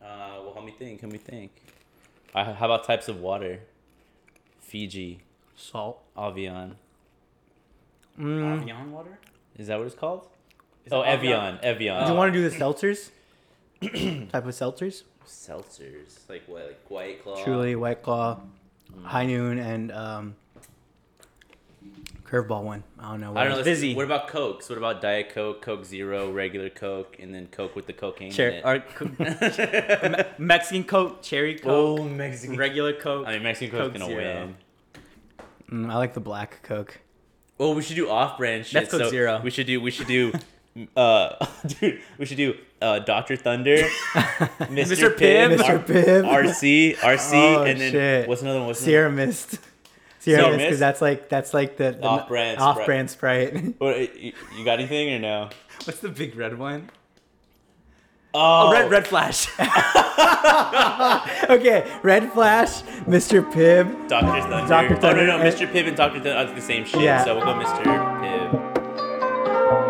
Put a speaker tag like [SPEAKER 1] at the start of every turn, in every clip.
[SPEAKER 1] Let Uh, me think. Let me think. Uh, how about types of water? Fiji,
[SPEAKER 2] Salt.
[SPEAKER 1] Avian.
[SPEAKER 2] Mm.
[SPEAKER 3] Avion water?
[SPEAKER 1] Is that what it's called?
[SPEAKER 3] Is
[SPEAKER 1] Oh,
[SPEAKER 3] it
[SPEAKER 1] Evian.
[SPEAKER 3] Avion?
[SPEAKER 1] Evian.
[SPEAKER 2] Do you want to do the seltzers? type of seltzers?
[SPEAKER 1] seltzers? Like what? Like White Claw.
[SPEAKER 2] Truly, White Claw,
[SPEAKER 1] mm.
[SPEAKER 2] High Noon, and um, Curveball one. I don't know.
[SPEAKER 1] I don't know.
[SPEAKER 2] Busy.
[SPEAKER 1] What about Cokes? What about Diet Coke, Coke Zero, regular Coke, and then Coke with the cocaine
[SPEAKER 2] Cher-
[SPEAKER 1] in it?
[SPEAKER 2] or co- Me- Mexican Coke, Cherry Coke,
[SPEAKER 1] oh, Mexican.
[SPEAKER 2] regular Coke.
[SPEAKER 1] I mean, Mexican Coke's
[SPEAKER 2] Coke
[SPEAKER 1] gonna
[SPEAKER 2] Zero.
[SPEAKER 1] win.
[SPEAKER 2] Mm, I like the black Coke.
[SPEAKER 1] Well, we should do off-brand shit.
[SPEAKER 2] That's Coke
[SPEAKER 1] so
[SPEAKER 2] Zero.
[SPEAKER 1] We should do. We should do. uh, dude, we should do uh, Doctor Thunder, Mr.
[SPEAKER 2] Mr.
[SPEAKER 1] Pibb,
[SPEAKER 2] Pibb. Mr. Pibb.
[SPEAKER 1] RC, RC,
[SPEAKER 2] Oh,
[SPEAKER 1] and then
[SPEAKER 2] shit.
[SPEAKER 1] what's another one? What's another
[SPEAKER 2] Sierra Mist. Sierra
[SPEAKER 1] Sierra
[SPEAKER 2] Mist,
[SPEAKER 1] Mist?
[SPEAKER 2] because that's like that's like the, the
[SPEAKER 1] Off-brand Sprite.
[SPEAKER 2] off-brand Sprite.
[SPEAKER 1] What, you you got anything or no?
[SPEAKER 2] What's the big red one?
[SPEAKER 1] Oh,
[SPEAKER 2] Red Red Flash. okay, Red Flash, Mr. Pibb.
[SPEAKER 1] Doctor Thunder.
[SPEAKER 2] Dr.
[SPEAKER 1] Oh
[SPEAKER 2] Thunder.
[SPEAKER 1] no, no, Mr. Pibb and Doctor Thunder are the same shit.
[SPEAKER 2] Yeah.
[SPEAKER 1] So we'll go Mr. Pibb.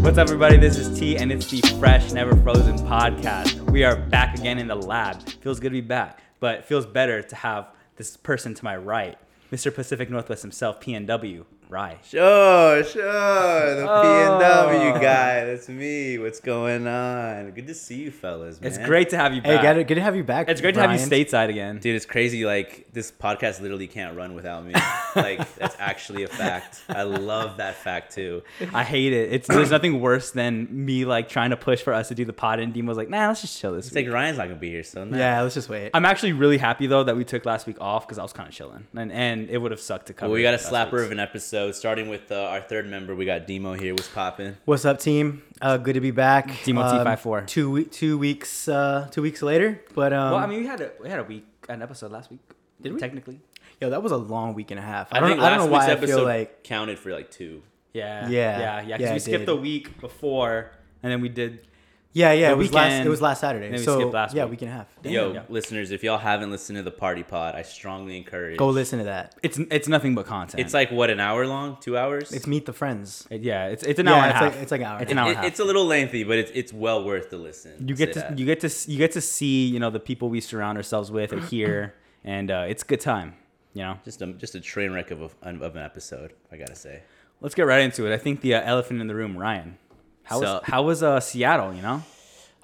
[SPEAKER 3] What's up, everybody? This is T, and it's the Fresh Never Frozen podcast. We are back again in the lab. Feels good to be back, but it feels better to have this person to my right, Mr. Pacific Northwest himself, PNW, Rye.
[SPEAKER 1] Sure, sure. The
[SPEAKER 3] Oh.
[SPEAKER 1] PNW guy. That's me. What's going on? Good to see you, fellas. Man.
[SPEAKER 3] It's great to have you
[SPEAKER 2] Hey,
[SPEAKER 3] back.
[SPEAKER 2] got it. Good to have you back.
[SPEAKER 3] It's great to have you
[SPEAKER 2] Ryan.
[SPEAKER 3] stateside again.
[SPEAKER 1] Dude, it's crazy. Like this podcast literally can't run without me. like that's actually a fact. I love that fact too.
[SPEAKER 3] I hate it. It's there's nothing worse than me like trying to push for us to do the pod, and Dean was like, "Nah, let's just chill this
[SPEAKER 1] It's
[SPEAKER 3] week."
[SPEAKER 1] like Ryan's not gonna be here, so nah.
[SPEAKER 2] Yeah, let's just wait.
[SPEAKER 3] I'm actually really happy though that we took last week off because I was kind of chilling, and and it would have sucked to cover.
[SPEAKER 1] Well, we got a
[SPEAKER 3] last
[SPEAKER 1] slapper
[SPEAKER 3] week's.
[SPEAKER 1] of an episode, starting with uh, our third member. We got Demo here. What's popping?
[SPEAKER 2] What's up, team? Uh, good to be back. Uh,
[SPEAKER 3] Team OT54.
[SPEAKER 2] Two we- two weeks uh, two weeks later, but um,
[SPEAKER 3] Well, I mean, we had a we had a week an episode last week.
[SPEAKER 2] Did we?
[SPEAKER 3] Technically,
[SPEAKER 2] yo, that was a long week and a half. I,
[SPEAKER 1] I,
[SPEAKER 2] don't,
[SPEAKER 1] think
[SPEAKER 2] I don't
[SPEAKER 1] last
[SPEAKER 2] know
[SPEAKER 1] week's
[SPEAKER 2] why I
[SPEAKER 1] episode
[SPEAKER 2] feel like
[SPEAKER 1] counted for like two.
[SPEAKER 3] yeah,
[SPEAKER 2] Yeah.
[SPEAKER 3] yeah, yeah. Because
[SPEAKER 2] Yeah,
[SPEAKER 3] we
[SPEAKER 2] it
[SPEAKER 3] skipped
[SPEAKER 2] did.
[SPEAKER 3] the week before, and then we did.
[SPEAKER 2] yeah, yeah.
[SPEAKER 3] the
[SPEAKER 2] It was last.
[SPEAKER 3] weekend,
[SPEAKER 2] It was last Saturday.
[SPEAKER 3] and then we
[SPEAKER 2] so
[SPEAKER 3] skipped last
[SPEAKER 2] yeah,
[SPEAKER 3] week.
[SPEAKER 2] week and a half.
[SPEAKER 1] Yo,
[SPEAKER 3] Yeah.
[SPEAKER 1] listeners, if y'all haven't listened to the Party Pod, I strongly encourage.
[SPEAKER 2] Go listen to that.
[SPEAKER 3] It's it's nothing but content.
[SPEAKER 1] It's like what an hour long, two hours.
[SPEAKER 2] It's meet the friends.
[SPEAKER 3] It- yeah, it's it's an
[SPEAKER 2] Yeah,
[SPEAKER 3] hour and a
[SPEAKER 2] it's
[SPEAKER 3] half.
[SPEAKER 2] like- it's like an hour
[SPEAKER 3] It's an
[SPEAKER 2] and a
[SPEAKER 3] hour
[SPEAKER 1] It-
[SPEAKER 3] and a half.
[SPEAKER 1] it's a little lengthy, but it's it's well worth the listen.
[SPEAKER 3] you
[SPEAKER 1] Say
[SPEAKER 3] get to
[SPEAKER 1] that.
[SPEAKER 3] you get to s- you get to see you know the people we surround ourselves with or hear, and uh, it's a good time. You know,
[SPEAKER 1] just a just a train wreck of a, of an episode. I gotta say.
[SPEAKER 3] let's get right into it. I think the uh, elephant in the room, Ryan. How was
[SPEAKER 1] Sup?
[SPEAKER 3] how was uh, Seattle? You know,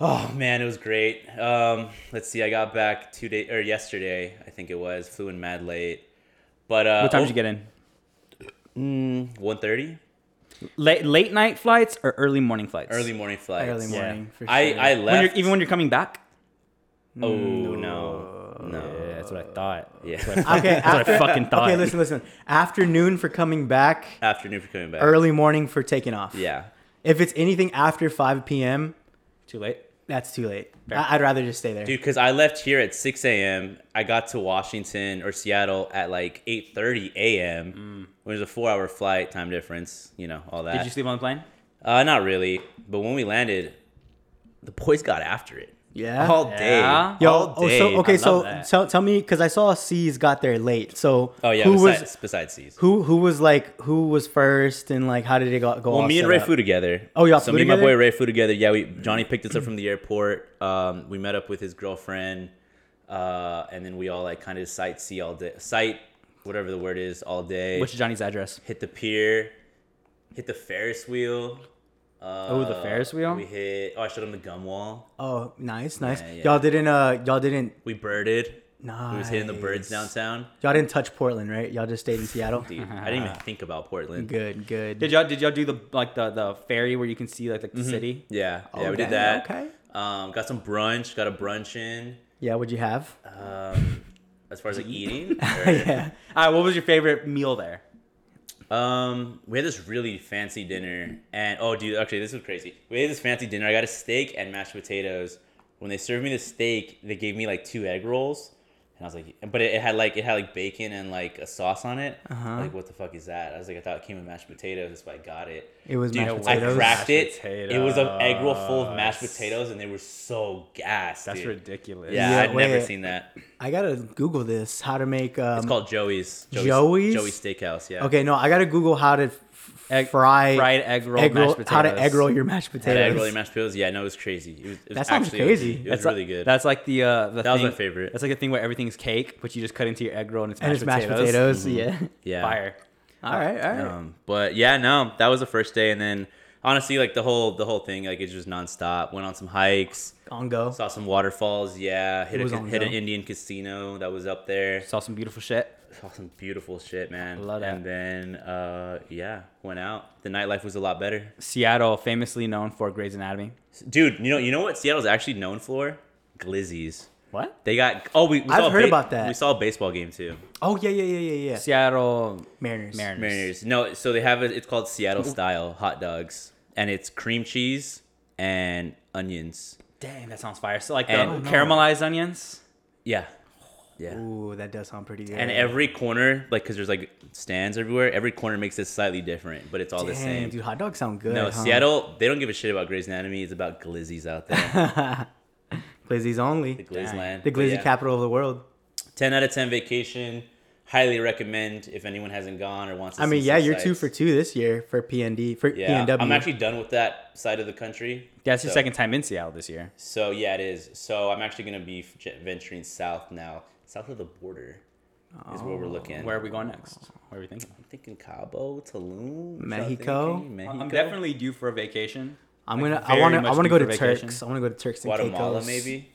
[SPEAKER 1] Oh man, it was great. Um, let's see, I got back two day or yesterday, I think it was. Flew in mad late, but uh,
[SPEAKER 3] what time did you get in?
[SPEAKER 1] Mm, One thirty,
[SPEAKER 3] Late late night flights or early morning flights?
[SPEAKER 1] early morning flight.
[SPEAKER 2] Early
[SPEAKER 3] Yeah.
[SPEAKER 2] morning. For sure.
[SPEAKER 1] I I
[SPEAKER 3] When you're,
[SPEAKER 1] left
[SPEAKER 3] even when you're coming back.
[SPEAKER 1] Oh no,
[SPEAKER 3] Yeah,
[SPEAKER 1] no.
[SPEAKER 3] that's what I thought.
[SPEAKER 1] Yeah,
[SPEAKER 2] Okay,
[SPEAKER 3] That's what I
[SPEAKER 2] after,
[SPEAKER 3] fucking thought.
[SPEAKER 2] Okay, listen, listen. Afternoon for coming back,
[SPEAKER 1] afternoon for coming back.
[SPEAKER 2] early morning for taking off.
[SPEAKER 1] Yeah,
[SPEAKER 2] If it's anything after 5 p.m.,
[SPEAKER 3] Too late.
[SPEAKER 2] that's too late.
[SPEAKER 3] Fair.
[SPEAKER 2] I- I'd rather just stay there.
[SPEAKER 1] dude, because I left here at six a.m. I got to Washington or Seattle at like eight thirty a.m.
[SPEAKER 3] Mm.
[SPEAKER 1] Which is a four-hour flight, time difference. You know all that.
[SPEAKER 3] Did you sleep on the plane?
[SPEAKER 1] Uh, not really. But when we landed, the boys got after it
[SPEAKER 3] Oh,
[SPEAKER 2] Yeah.
[SPEAKER 1] all day.
[SPEAKER 3] Yeah.
[SPEAKER 2] Yo,
[SPEAKER 1] all
[SPEAKER 2] oh,
[SPEAKER 1] day.
[SPEAKER 2] so okay,
[SPEAKER 3] love
[SPEAKER 2] so
[SPEAKER 3] that.
[SPEAKER 2] tell, tell me because I saw C's got there late. So
[SPEAKER 1] Oh yeah.
[SPEAKER 2] who
[SPEAKER 1] besides,
[SPEAKER 2] was
[SPEAKER 1] besides these.
[SPEAKER 2] who who was like who was first and like how did it go? go
[SPEAKER 1] Well,
[SPEAKER 2] all
[SPEAKER 1] me and
[SPEAKER 2] set
[SPEAKER 1] Ray
[SPEAKER 2] up?
[SPEAKER 1] flew together.
[SPEAKER 2] Oh, y'all
[SPEAKER 1] So
[SPEAKER 2] flew
[SPEAKER 1] me and my boy
[SPEAKER 2] together?
[SPEAKER 1] Ray flew together. Yeah, we Johnny picked us up from the airport. Um, we met up with his girlfriend, uh, and then we all like kind of sightsee all day, sight whatever the word is, all day.
[SPEAKER 3] What's Johnny's address?
[SPEAKER 1] hit the pier, hit the Ferris wheel. Uh,
[SPEAKER 3] Oh, the Ferris wheel?
[SPEAKER 1] We hit. Oh, I showed him the gum wall.
[SPEAKER 2] Oh, nice, nice.
[SPEAKER 1] Yeah, yeah.
[SPEAKER 2] Y'all didn't uh y'all didn't
[SPEAKER 1] We birded.
[SPEAKER 2] nice.
[SPEAKER 1] We was hitting the birds downtown.
[SPEAKER 2] Y'all didn't touch Portland, right? Y'all just stayed in Seattle.
[SPEAKER 1] Dude, I didn't even think about Portland.
[SPEAKER 2] good, good.
[SPEAKER 3] Did y'all did y'all do the like the the ferry where you can see like, like the city?
[SPEAKER 1] Yeah, yeah, we
[SPEAKER 2] Okay,
[SPEAKER 1] did that.
[SPEAKER 2] okay.
[SPEAKER 1] Um, got some brunch. Got a brunch in.
[SPEAKER 2] yeah, what'd you have?
[SPEAKER 1] Um, as far as like eating, or-
[SPEAKER 2] yeah.
[SPEAKER 3] All right, what was your favorite meal there?
[SPEAKER 1] um, we had this really fancy dinner, and oh, dude, actually, this was crazy. We had this fancy dinner. I got a steak and mashed potatoes. When they served me the steak, they gave me like two egg rolls, and I was like, but it, it had like it had like bacon and like a sauce on it.
[SPEAKER 2] Uh-huh.
[SPEAKER 1] Like, what the fuck is that? I was like, I thought it came with mashed potatoes. That's why I got it.
[SPEAKER 2] It was
[SPEAKER 1] Dude,
[SPEAKER 2] mashed
[SPEAKER 1] I
[SPEAKER 2] potatoes.
[SPEAKER 1] cracked it.
[SPEAKER 3] Mashed
[SPEAKER 1] It was an egg roll full of mashed potatoes, and they were so gassed.
[SPEAKER 3] That's
[SPEAKER 1] dude.
[SPEAKER 3] ridiculous.
[SPEAKER 1] Yeah,
[SPEAKER 2] Yeah,
[SPEAKER 1] I'd never
[SPEAKER 2] wait.
[SPEAKER 1] seen that.
[SPEAKER 2] I gotta Google this. How to make um,
[SPEAKER 1] It's called Joey's.
[SPEAKER 2] Joey's?
[SPEAKER 1] Joey's Steakhouse. Yeah.
[SPEAKER 2] Okay, no, I gotta Google how to f-
[SPEAKER 3] Egg-
[SPEAKER 2] fry
[SPEAKER 3] fried egg roll mashed
[SPEAKER 2] how to
[SPEAKER 3] potatoes.
[SPEAKER 2] egg roll your mashed
[SPEAKER 1] Had
[SPEAKER 2] potatoes.
[SPEAKER 1] egg roll and mashed potatoes. Yeah, no, it was crazy. It was, it was
[SPEAKER 2] That sounds
[SPEAKER 1] actually,
[SPEAKER 2] crazy.
[SPEAKER 1] It was, it was
[SPEAKER 3] like-
[SPEAKER 1] really good.
[SPEAKER 3] That's like the uh, the
[SPEAKER 1] That was my
[SPEAKER 3] thing-
[SPEAKER 1] favorite.
[SPEAKER 3] That's like a thing where everything's cake, but you just cut into your egg roll and it's mashed
[SPEAKER 2] and it's mashed
[SPEAKER 3] potatoes. Mm-hmm.
[SPEAKER 2] potatoes. Yeah.
[SPEAKER 1] Mm-hmm. yeah.
[SPEAKER 3] Fire.
[SPEAKER 2] All right. All right.
[SPEAKER 1] Um, but yeah, no, that was the first day, and then honestly, like the whole the whole thing, like it's just nonstop. Went on some hikes,
[SPEAKER 2] On go.
[SPEAKER 1] saw some waterfalls. Yeah, hit
[SPEAKER 2] was
[SPEAKER 1] a,
[SPEAKER 2] on
[SPEAKER 1] hit an
[SPEAKER 2] go.
[SPEAKER 1] Indian casino that was up there.
[SPEAKER 3] Saw some beautiful shit.
[SPEAKER 1] Saw some beautiful shit, man.
[SPEAKER 3] Love that.
[SPEAKER 1] And then uh, yeah, went out. The nightlife was a lot better,
[SPEAKER 3] Seattle, famously known for Grey's Anatomy.
[SPEAKER 1] dude. You know, you know what Seattle's actually known for? Glizzies.
[SPEAKER 3] What?
[SPEAKER 1] They got oh we, we
[SPEAKER 2] I've
[SPEAKER 1] saw a
[SPEAKER 2] heard about that.
[SPEAKER 1] We saw a baseball game too.
[SPEAKER 2] Oh yeah, yeah, yeah, yeah, yeah.
[SPEAKER 3] Seattle
[SPEAKER 2] Mariners.
[SPEAKER 3] Mariners.
[SPEAKER 1] Mariners. No, so they have it. It's called Seattle style hot dogs, and it's cream cheese and onions.
[SPEAKER 3] Dang, that sounds fire. So like
[SPEAKER 1] And-
[SPEAKER 3] the caramelized onions.
[SPEAKER 1] Yeah, yeah.
[SPEAKER 2] Ooh, that does sound pretty good.
[SPEAKER 1] And every corner, like, cause there's like stands everywhere. Every corner makes it slightly different, but it's all the
[SPEAKER 2] Dang,
[SPEAKER 1] same.
[SPEAKER 2] dude, hot dogs sound good.
[SPEAKER 1] no,
[SPEAKER 2] huh?
[SPEAKER 1] Seattle, they don't give a shit about Grey's Anatomy. It's about glizzies out there,
[SPEAKER 2] Glizzy's only.
[SPEAKER 1] the glizz land,
[SPEAKER 2] The
[SPEAKER 1] But
[SPEAKER 2] glizzy
[SPEAKER 1] yeah.
[SPEAKER 2] capital of the world.
[SPEAKER 1] Ten out of ten vacation. Highly recommend if anyone hasn't gone or wants. to
[SPEAKER 2] I mean,
[SPEAKER 1] see
[SPEAKER 2] yeah,
[SPEAKER 1] some
[SPEAKER 2] you're two
[SPEAKER 1] sights.
[SPEAKER 2] for two this year for PND for
[SPEAKER 1] Yeah,
[SPEAKER 2] PNW.
[SPEAKER 1] I'm actually done with that side of the country.
[SPEAKER 3] Yeah, it's your
[SPEAKER 1] So-
[SPEAKER 3] second time in Seattle this year.
[SPEAKER 1] So yeah, it is. So I'm actually gonna be j- venturing south now, south of the border, is where we're looking.
[SPEAKER 3] Where are we going next? What are we thinking?
[SPEAKER 1] I'm thinking Cabo, Tulum, is that
[SPEAKER 2] Mexico?
[SPEAKER 1] thinking? Mexico,
[SPEAKER 3] I'm definitely due for a vacation.
[SPEAKER 2] I'm gonna. I
[SPEAKER 3] very
[SPEAKER 2] want to.
[SPEAKER 3] much
[SPEAKER 2] I want to
[SPEAKER 3] due
[SPEAKER 2] go
[SPEAKER 3] for
[SPEAKER 2] to
[SPEAKER 3] vacation.
[SPEAKER 2] Turks. I want to go to Turks and
[SPEAKER 1] Guatemala,
[SPEAKER 2] Caicos.
[SPEAKER 1] maybe.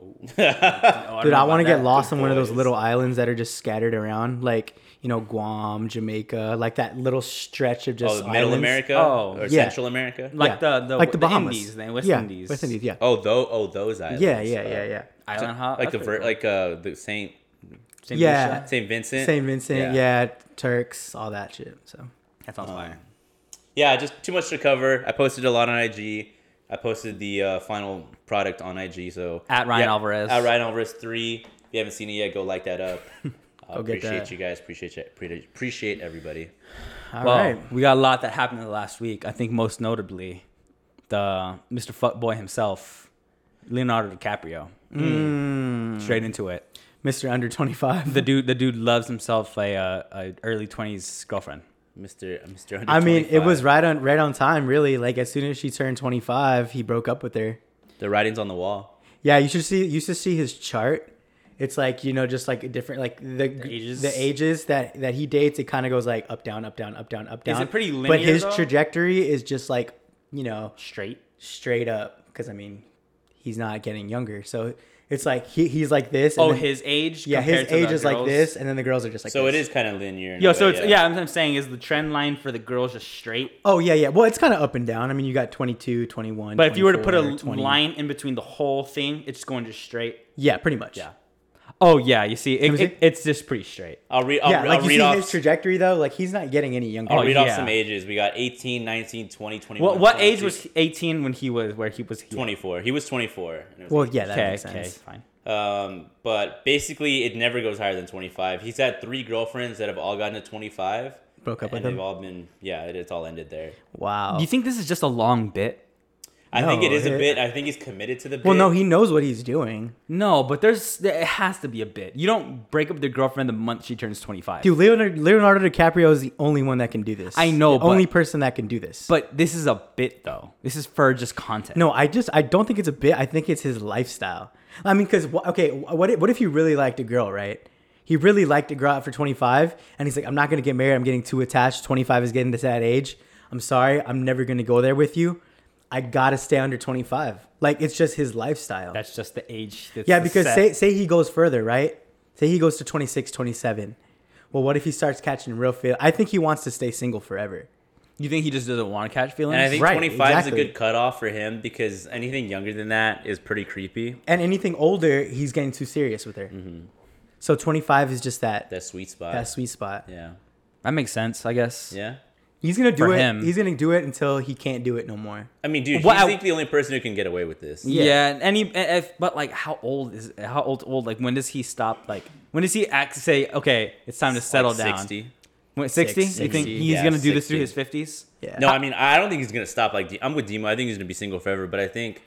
[SPEAKER 3] Oh.
[SPEAKER 2] Dude, I want to get lost
[SPEAKER 1] The
[SPEAKER 2] on one of those
[SPEAKER 1] boys.
[SPEAKER 2] little islands that are just scattered around, like you know Guam, Jamaica, like that little stretch of just
[SPEAKER 1] Oh, Middle
[SPEAKER 2] islands.
[SPEAKER 1] America.
[SPEAKER 3] Oh,
[SPEAKER 1] or
[SPEAKER 2] yeah.
[SPEAKER 1] Central America.
[SPEAKER 3] Like
[SPEAKER 2] Yeah.
[SPEAKER 3] the, the
[SPEAKER 2] like the
[SPEAKER 3] the
[SPEAKER 2] Bahamas,
[SPEAKER 3] Indies, the West
[SPEAKER 2] yeah,
[SPEAKER 3] Indies.
[SPEAKER 2] West Indies, yeah,
[SPEAKER 1] Oh, though. Oh, those islands.
[SPEAKER 2] yeah, yeah,
[SPEAKER 1] Oh.
[SPEAKER 2] yeah, yeah.
[SPEAKER 3] Island hop.
[SPEAKER 1] Like
[SPEAKER 3] Uh-huh. That's
[SPEAKER 1] the ver-
[SPEAKER 3] pretty
[SPEAKER 1] like uh the Saint
[SPEAKER 3] cool. St.
[SPEAKER 2] Yeah.
[SPEAKER 3] Lucia.
[SPEAKER 1] Saint Vincent.
[SPEAKER 2] Saint Vincent, yeah.
[SPEAKER 1] Yeah.
[SPEAKER 2] Turks, all that shit. So
[SPEAKER 3] That sounds fire.
[SPEAKER 1] Yeah, just too much to cover. I posted a lot on IG. I posted the uh, final product on IG. So
[SPEAKER 3] At Ryan
[SPEAKER 1] Yeah,
[SPEAKER 3] Alvarez.
[SPEAKER 1] At Ryan Alvarez three. If you haven't seen it yet, go like that up. I
[SPEAKER 2] Go get
[SPEAKER 1] appreciate
[SPEAKER 2] that.
[SPEAKER 1] you guys. Appreciate you. Appreciate- Appreciate everybody.
[SPEAKER 2] all right,
[SPEAKER 3] well, we got a lot that happened in the last week. I think most notably, the Mr. Fuckboy himself, Leonardo DiCaprio,
[SPEAKER 2] Mm.
[SPEAKER 3] straight into it.
[SPEAKER 2] Mister Under Twenty Five.
[SPEAKER 3] The dude, the dude loves himself a, uh a early twenties girlfriend.
[SPEAKER 1] Mr. Mr.
[SPEAKER 2] I mean, it
[SPEAKER 1] 125.
[SPEAKER 2] was right on right on time, really. Like as soon as she turned twenty five, he broke up with her.
[SPEAKER 1] the writing's on the wall.
[SPEAKER 2] Yeah, you should see you should see his chart. It's like you know, just like different like the the
[SPEAKER 3] ages?
[SPEAKER 2] ages, that that he dates. It kind of goes like up down, up down, up down, up down.
[SPEAKER 3] it pretty
[SPEAKER 2] But
[SPEAKER 3] linear,
[SPEAKER 2] his
[SPEAKER 3] though?
[SPEAKER 2] trajectory is just like you know
[SPEAKER 3] Straight.
[SPEAKER 2] straight up because I mean he's not getting younger, so it's like he, he's like this. And
[SPEAKER 3] Oh,
[SPEAKER 2] then-
[SPEAKER 3] his age.
[SPEAKER 2] yeah, his
[SPEAKER 3] compared to
[SPEAKER 2] age
[SPEAKER 3] the
[SPEAKER 2] is like
[SPEAKER 3] girls?
[SPEAKER 2] this, and then the girls are just like
[SPEAKER 1] So it
[SPEAKER 2] this.
[SPEAKER 1] is kind of linear. in a
[SPEAKER 3] Yo, so
[SPEAKER 1] way,
[SPEAKER 3] it's yeah. I'm, I'm saying is the trend line for the girls just straight.
[SPEAKER 2] Oh yeah, yeah. Well, it's kind of up and down. I mean, you got 22, 21.
[SPEAKER 3] But if you were to put a
[SPEAKER 2] 24, 20.
[SPEAKER 3] line in between the whole thing, it's just going just straight.
[SPEAKER 2] yeah, pretty much.
[SPEAKER 3] Yeah. Oh yeah, you see, it,
[SPEAKER 2] me
[SPEAKER 3] it-
[SPEAKER 2] see.
[SPEAKER 3] it's just pretty straight.
[SPEAKER 1] I'll read. I'll,
[SPEAKER 2] yeah,
[SPEAKER 1] I'll
[SPEAKER 2] like you
[SPEAKER 1] read
[SPEAKER 2] see
[SPEAKER 1] off.
[SPEAKER 2] his trajectory though, like he's not getting any younger.
[SPEAKER 1] I'll read
[SPEAKER 3] Oh, yeah.
[SPEAKER 1] off some ages. We got 18, 19, 20, 21.
[SPEAKER 3] What what age
[SPEAKER 1] 22,
[SPEAKER 3] was 18 when he was where he was? here?
[SPEAKER 1] 24? He was 24. and it was
[SPEAKER 2] well, yeah, that
[SPEAKER 3] Okay,
[SPEAKER 2] makes sense.
[SPEAKER 3] okay, fine.
[SPEAKER 1] Um, but basically, it never goes higher than 25. He's had three girlfriends that have all gotten to 25.
[SPEAKER 2] Broke up with
[SPEAKER 1] and they've
[SPEAKER 2] him?
[SPEAKER 1] all been, yeah, it, it's all ended there.
[SPEAKER 2] Wow.
[SPEAKER 3] Do you think this is just a long bit?
[SPEAKER 1] I think it
[SPEAKER 2] No,
[SPEAKER 1] is a
[SPEAKER 2] it-
[SPEAKER 1] bit. I think he's committed to the bit.
[SPEAKER 2] well, no, he knows what he's doing.
[SPEAKER 3] No, but there's there, it has to be a bit. You don't break up with your girlfriend the month she turns 25.
[SPEAKER 2] Dude, Leonardo, Leonardo DiCaprio is the only one that can do this.
[SPEAKER 3] I know,
[SPEAKER 2] the only
[SPEAKER 3] but-
[SPEAKER 2] person that can do this.
[SPEAKER 3] But this is a bit though. This is for just content.
[SPEAKER 2] no, I just I don't think it's a bit. I think it's his lifestyle. I mean, because okay, wh- what if, what if you really liked a girl, right? He really liked a girl after 25, and he's like, I'm not gonna get married. I'm getting too attached. 25 is getting to that age. I'm sorry. I'm never gonna go there with you. I gotta stay under 25. Like it's just his lifestyle.
[SPEAKER 3] That's just the age. That's
[SPEAKER 2] Yeah,
[SPEAKER 3] the
[SPEAKER 2] because
[SPEAKER 3] set.
[SPEAKER 2] say say he goes further, right? Say he goes to 26, 27. Well, what if he starts catching real fit? I think he wants to stay single forever.
[SPEAKER 3] you think he just doesn't want to catch feelings.
[SPEAKER 1] and I think
[SPEAKER 2] Right,
[SPEAKER 1] 25 is
[SPEAKER 2] exactly.
[SPEAKER 1] a good cutoff for him because anything younger than that is pretty creepy.
[SPEAKER 2] And anything older, he's getting too serious with her.
[SPEAKER 3] Mm-hmm.
[SPEAKER 2] So 25 is just that
[SPEAKER 1] That sweet spot.
[SPEAKER 2] that sweet spot.
[SPEAKER 1] yeah.
[SPEAKER 3] that makes sense, I guess.
[SPEAKER 1] Yeah.
[SPEAKER 2] He's gonna do
[SPEAKER 3] For
[SPEAKER 2] it.
[SPEAKER 3] him.
[SPEAKER 2] He's gonna do it until he can't do it no more.
[SPEAKER 1] I mean, dude,
[SPEAKER 3] Well,
[SPEAKER 1] he's
[SPEAKER 3] I-
[SPEAKER 1] like the only person who can get away with this.
[SPEAKER 2] Yeah.
[SPEAKER 3] Yeah. and any if but like how old is how old old like when does he stop like when does he act say okay it's time to settle
[SPEAKER 1] Like
[SPEAKER 3] down
[SPEAKER 1] 60.
[SPEAKER 3] When- 60?
[SPEAKER 2] Six-
[SPEAKER 3] you think
[SPEAKER 2] 60,
[SPEAKER 3] he's
[SPEAKER 1] yeah,
[SPEAKER 3] gonna do this
[SPEAKER 1] 60.
[SPEAKER 3] through his fifties
[SPEAKER 2] Yeah.
[SPEAKER 1] No, I mean, I don't think he's gonna stop. Like, D- I'm with Dima. I think he's gonna be single forever. But I think,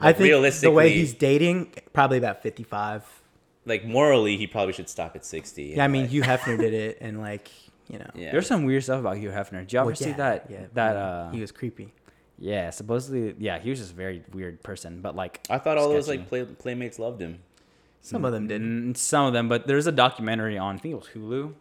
[SPEAKER 2] I think
[SPEAKER 1] realistically,
[SPEAKER 2] the way he's dating, probably about fifty-five.
[SPEAKER 1] like morally, he probably should stop at 60.
[SPEAKER 2] Yeah, I mean,
[SPEAKER 1] like,
[SPEAKER 2] Hugh Hefner did it, and like you know,
[SPEAKER 1] yeah.
[SPEAKER 3] there's some weird stuff about Hugh Hefner did you ever
[SPEAKER 2] Well,
[SPEAKER 3] see
[SPEAKER 2] yeah,
[SPEAKER 3] that
[SPEAKER 2] yeah,
[SPEAKER 3] that
[SPEAKER 2] I mean,
[SPEAKER 3] uh
[SPEAKER 2] he was creepy.
[SPEAKER 3] yeah supposedly yeah he was just a very weird person but like
[SPEAKER 1] I thought all those
[SPEAKER 3] sketchy.
[SPEAKER 1] like play, playmates loved him.
[SPEAKER 2] Some of them didn't.
[SPEAKER 3] Mm, some of them, but there's a documentary on I think it was Hulu.